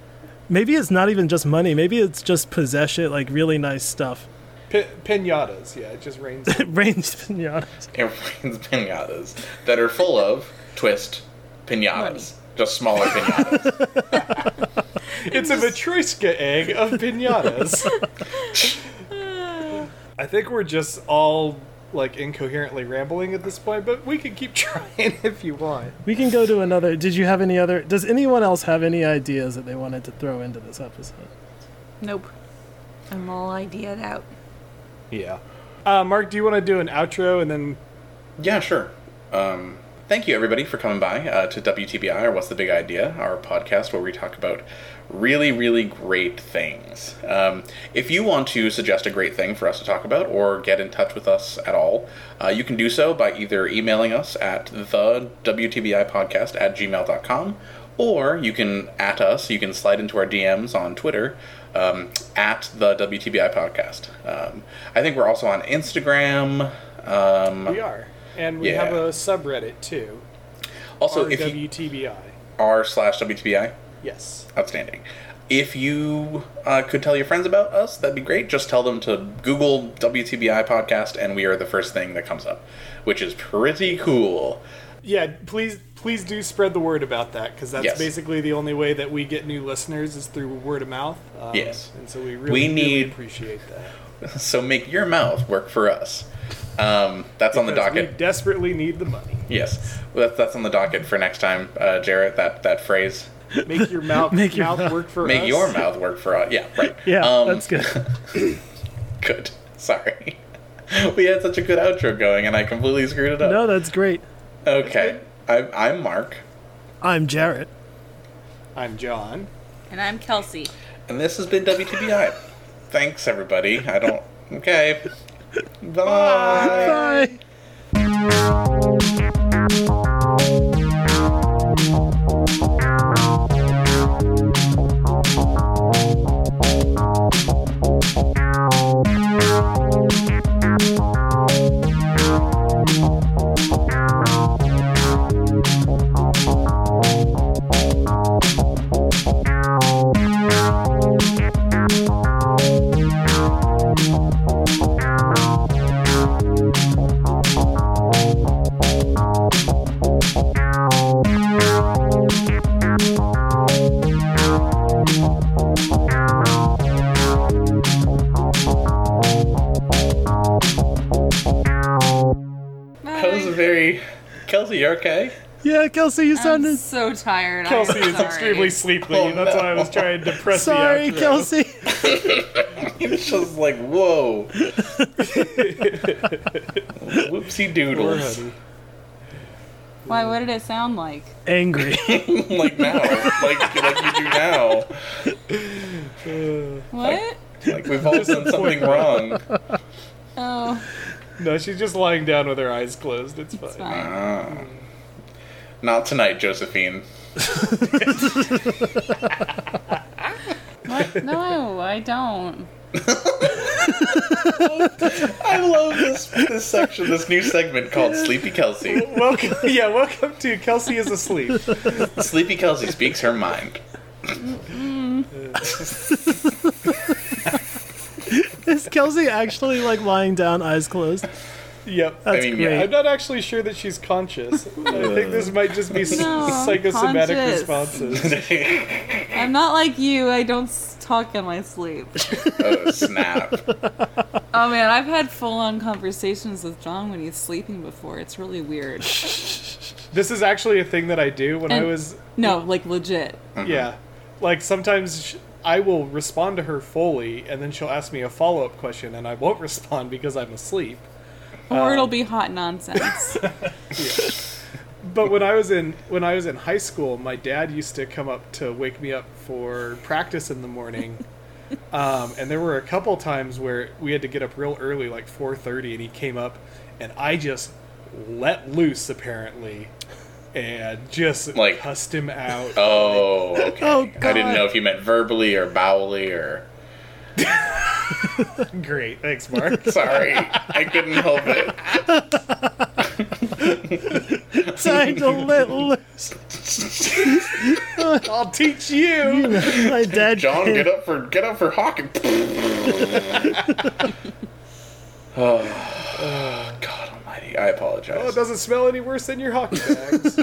maybe it's not even just money, maybe it's just possess it like really nice stuff. Pi pinatas. Yeah, it just rains. It rains piñatas. It rains pinatas that are full of twist pinatas. Just smaller pinatas. It's a matryoshka egg of pinatas. I think we're just all like incoherently rambling at this point, but we can keep trying if you want. We can go to another. Did you have any other? Does anyone else have any ideas that they wanted to throw into this episode? Nope. I'm all ideaed out. Yeah. Uh, Mark, do you want to do an outro and then? yeah, sure. Um, thank you, everybody, for coming by uh, to WTBI, or What's the Big Idea, our podcast where we talk about really, really great things. Um, if you want to suggest a great thing for us to talk about or get in touch with us at all, uh, you can do so by either emailing us at the WTBI podcast at gmail.com or you can at us. You can slide into our DMs on Twitter um, at the WTBI podcast. Um, I think we're also on Instagram. We Um, are, and we Yeah. have a subreddit too. also, if you WTBI. r slash WTBI, Yes. outstanding. If you uh, could tell your friends about us, that'd be great. Just tell them to Google WTBI podcast, and we are the first thing that comes up, which is pretty cool. Yeah, please please do spread the word about that because that's Yes. basically the only way that we get new listeners is through word of mouth. Um, Yes. and so we really, We really need- appreciate that. So make your mouth work for us. Um, that's on the 'Cause docket. We desperately need the money. Yes, well, that's, that's on the docket for next time, uh, Jarrett. That that phrase, Make your mouth Make your mouth mouth- work for make us. your mouth work for us. Yeah, right. Yeah, Um, that's good. Good. Sorry, we had such a good outro going, and I completely screwed it up. No, that's great. okay, I'm, I'm Mark, I'm Jarrett. I'm John. And I'm Kelsey. and this has been WTBI. Thanks, everybody. I don't. Okay. Bye. Bye. That was a very. Kelsey, you okay? Yeah, Kelsey, you I'm sounded so tired. Kelsey I'm is sorry. extremely sleepy. Oh, that's no. why I was trying to press sorry, the outro. Kelsey. It's just like whoa. Whoopsie doodles. Why? What did it sound like? Angry. like now, like like you do now. What? Like we've all done something wrong. Oh, No, she's just lying down with her eyes closed. It's fine. it's fine. Ah. Not tonight, Josephine. What? No, I don't. I love this this section, this new segment called Sleepy Kelsey. Welcome, yeah, welcome to Kelsey is asleep. Sleepy Kelsey speaks her mind. Is Kelsey actually like lying down, eyes closed? Yep. That's mean, great. yeah. I'm not actually sure that she's conscious. I think this might just be s No, I'm psychosomatic conscious. responses. oh I'm not like you. I don't s- talk in my sleep. snap! Oh man, I've had full-on conversations with John when he's sleeping before. It's really weird. This is actually a thing that I do when I And- was, No, like legit. yeah. Like sometimes sh I will respond to her fully, and then she'll ask me a follow up question, and I won't respond because I'm asleep. Or it'll be hot nonsense. But when I was in when I was in high school, my dad used to come up to wake me up for practice in the morning. Um, and there were a couple times where we had to get up real early, like four thirty, and he came up, and I just let loose apparently, and just Like- cussed him out. Oh, okay. Oh, I didn't God. know if you meant verbally or bowelly or. Great, thanks, Mark. Sorry, I couldn't help it. Time to let loose. I'll teach you. My dad. John, came- get up for get up for Hawking. oh, God Almighty! I Oh, it apologize. doesn't smell any worse than your hockey bags.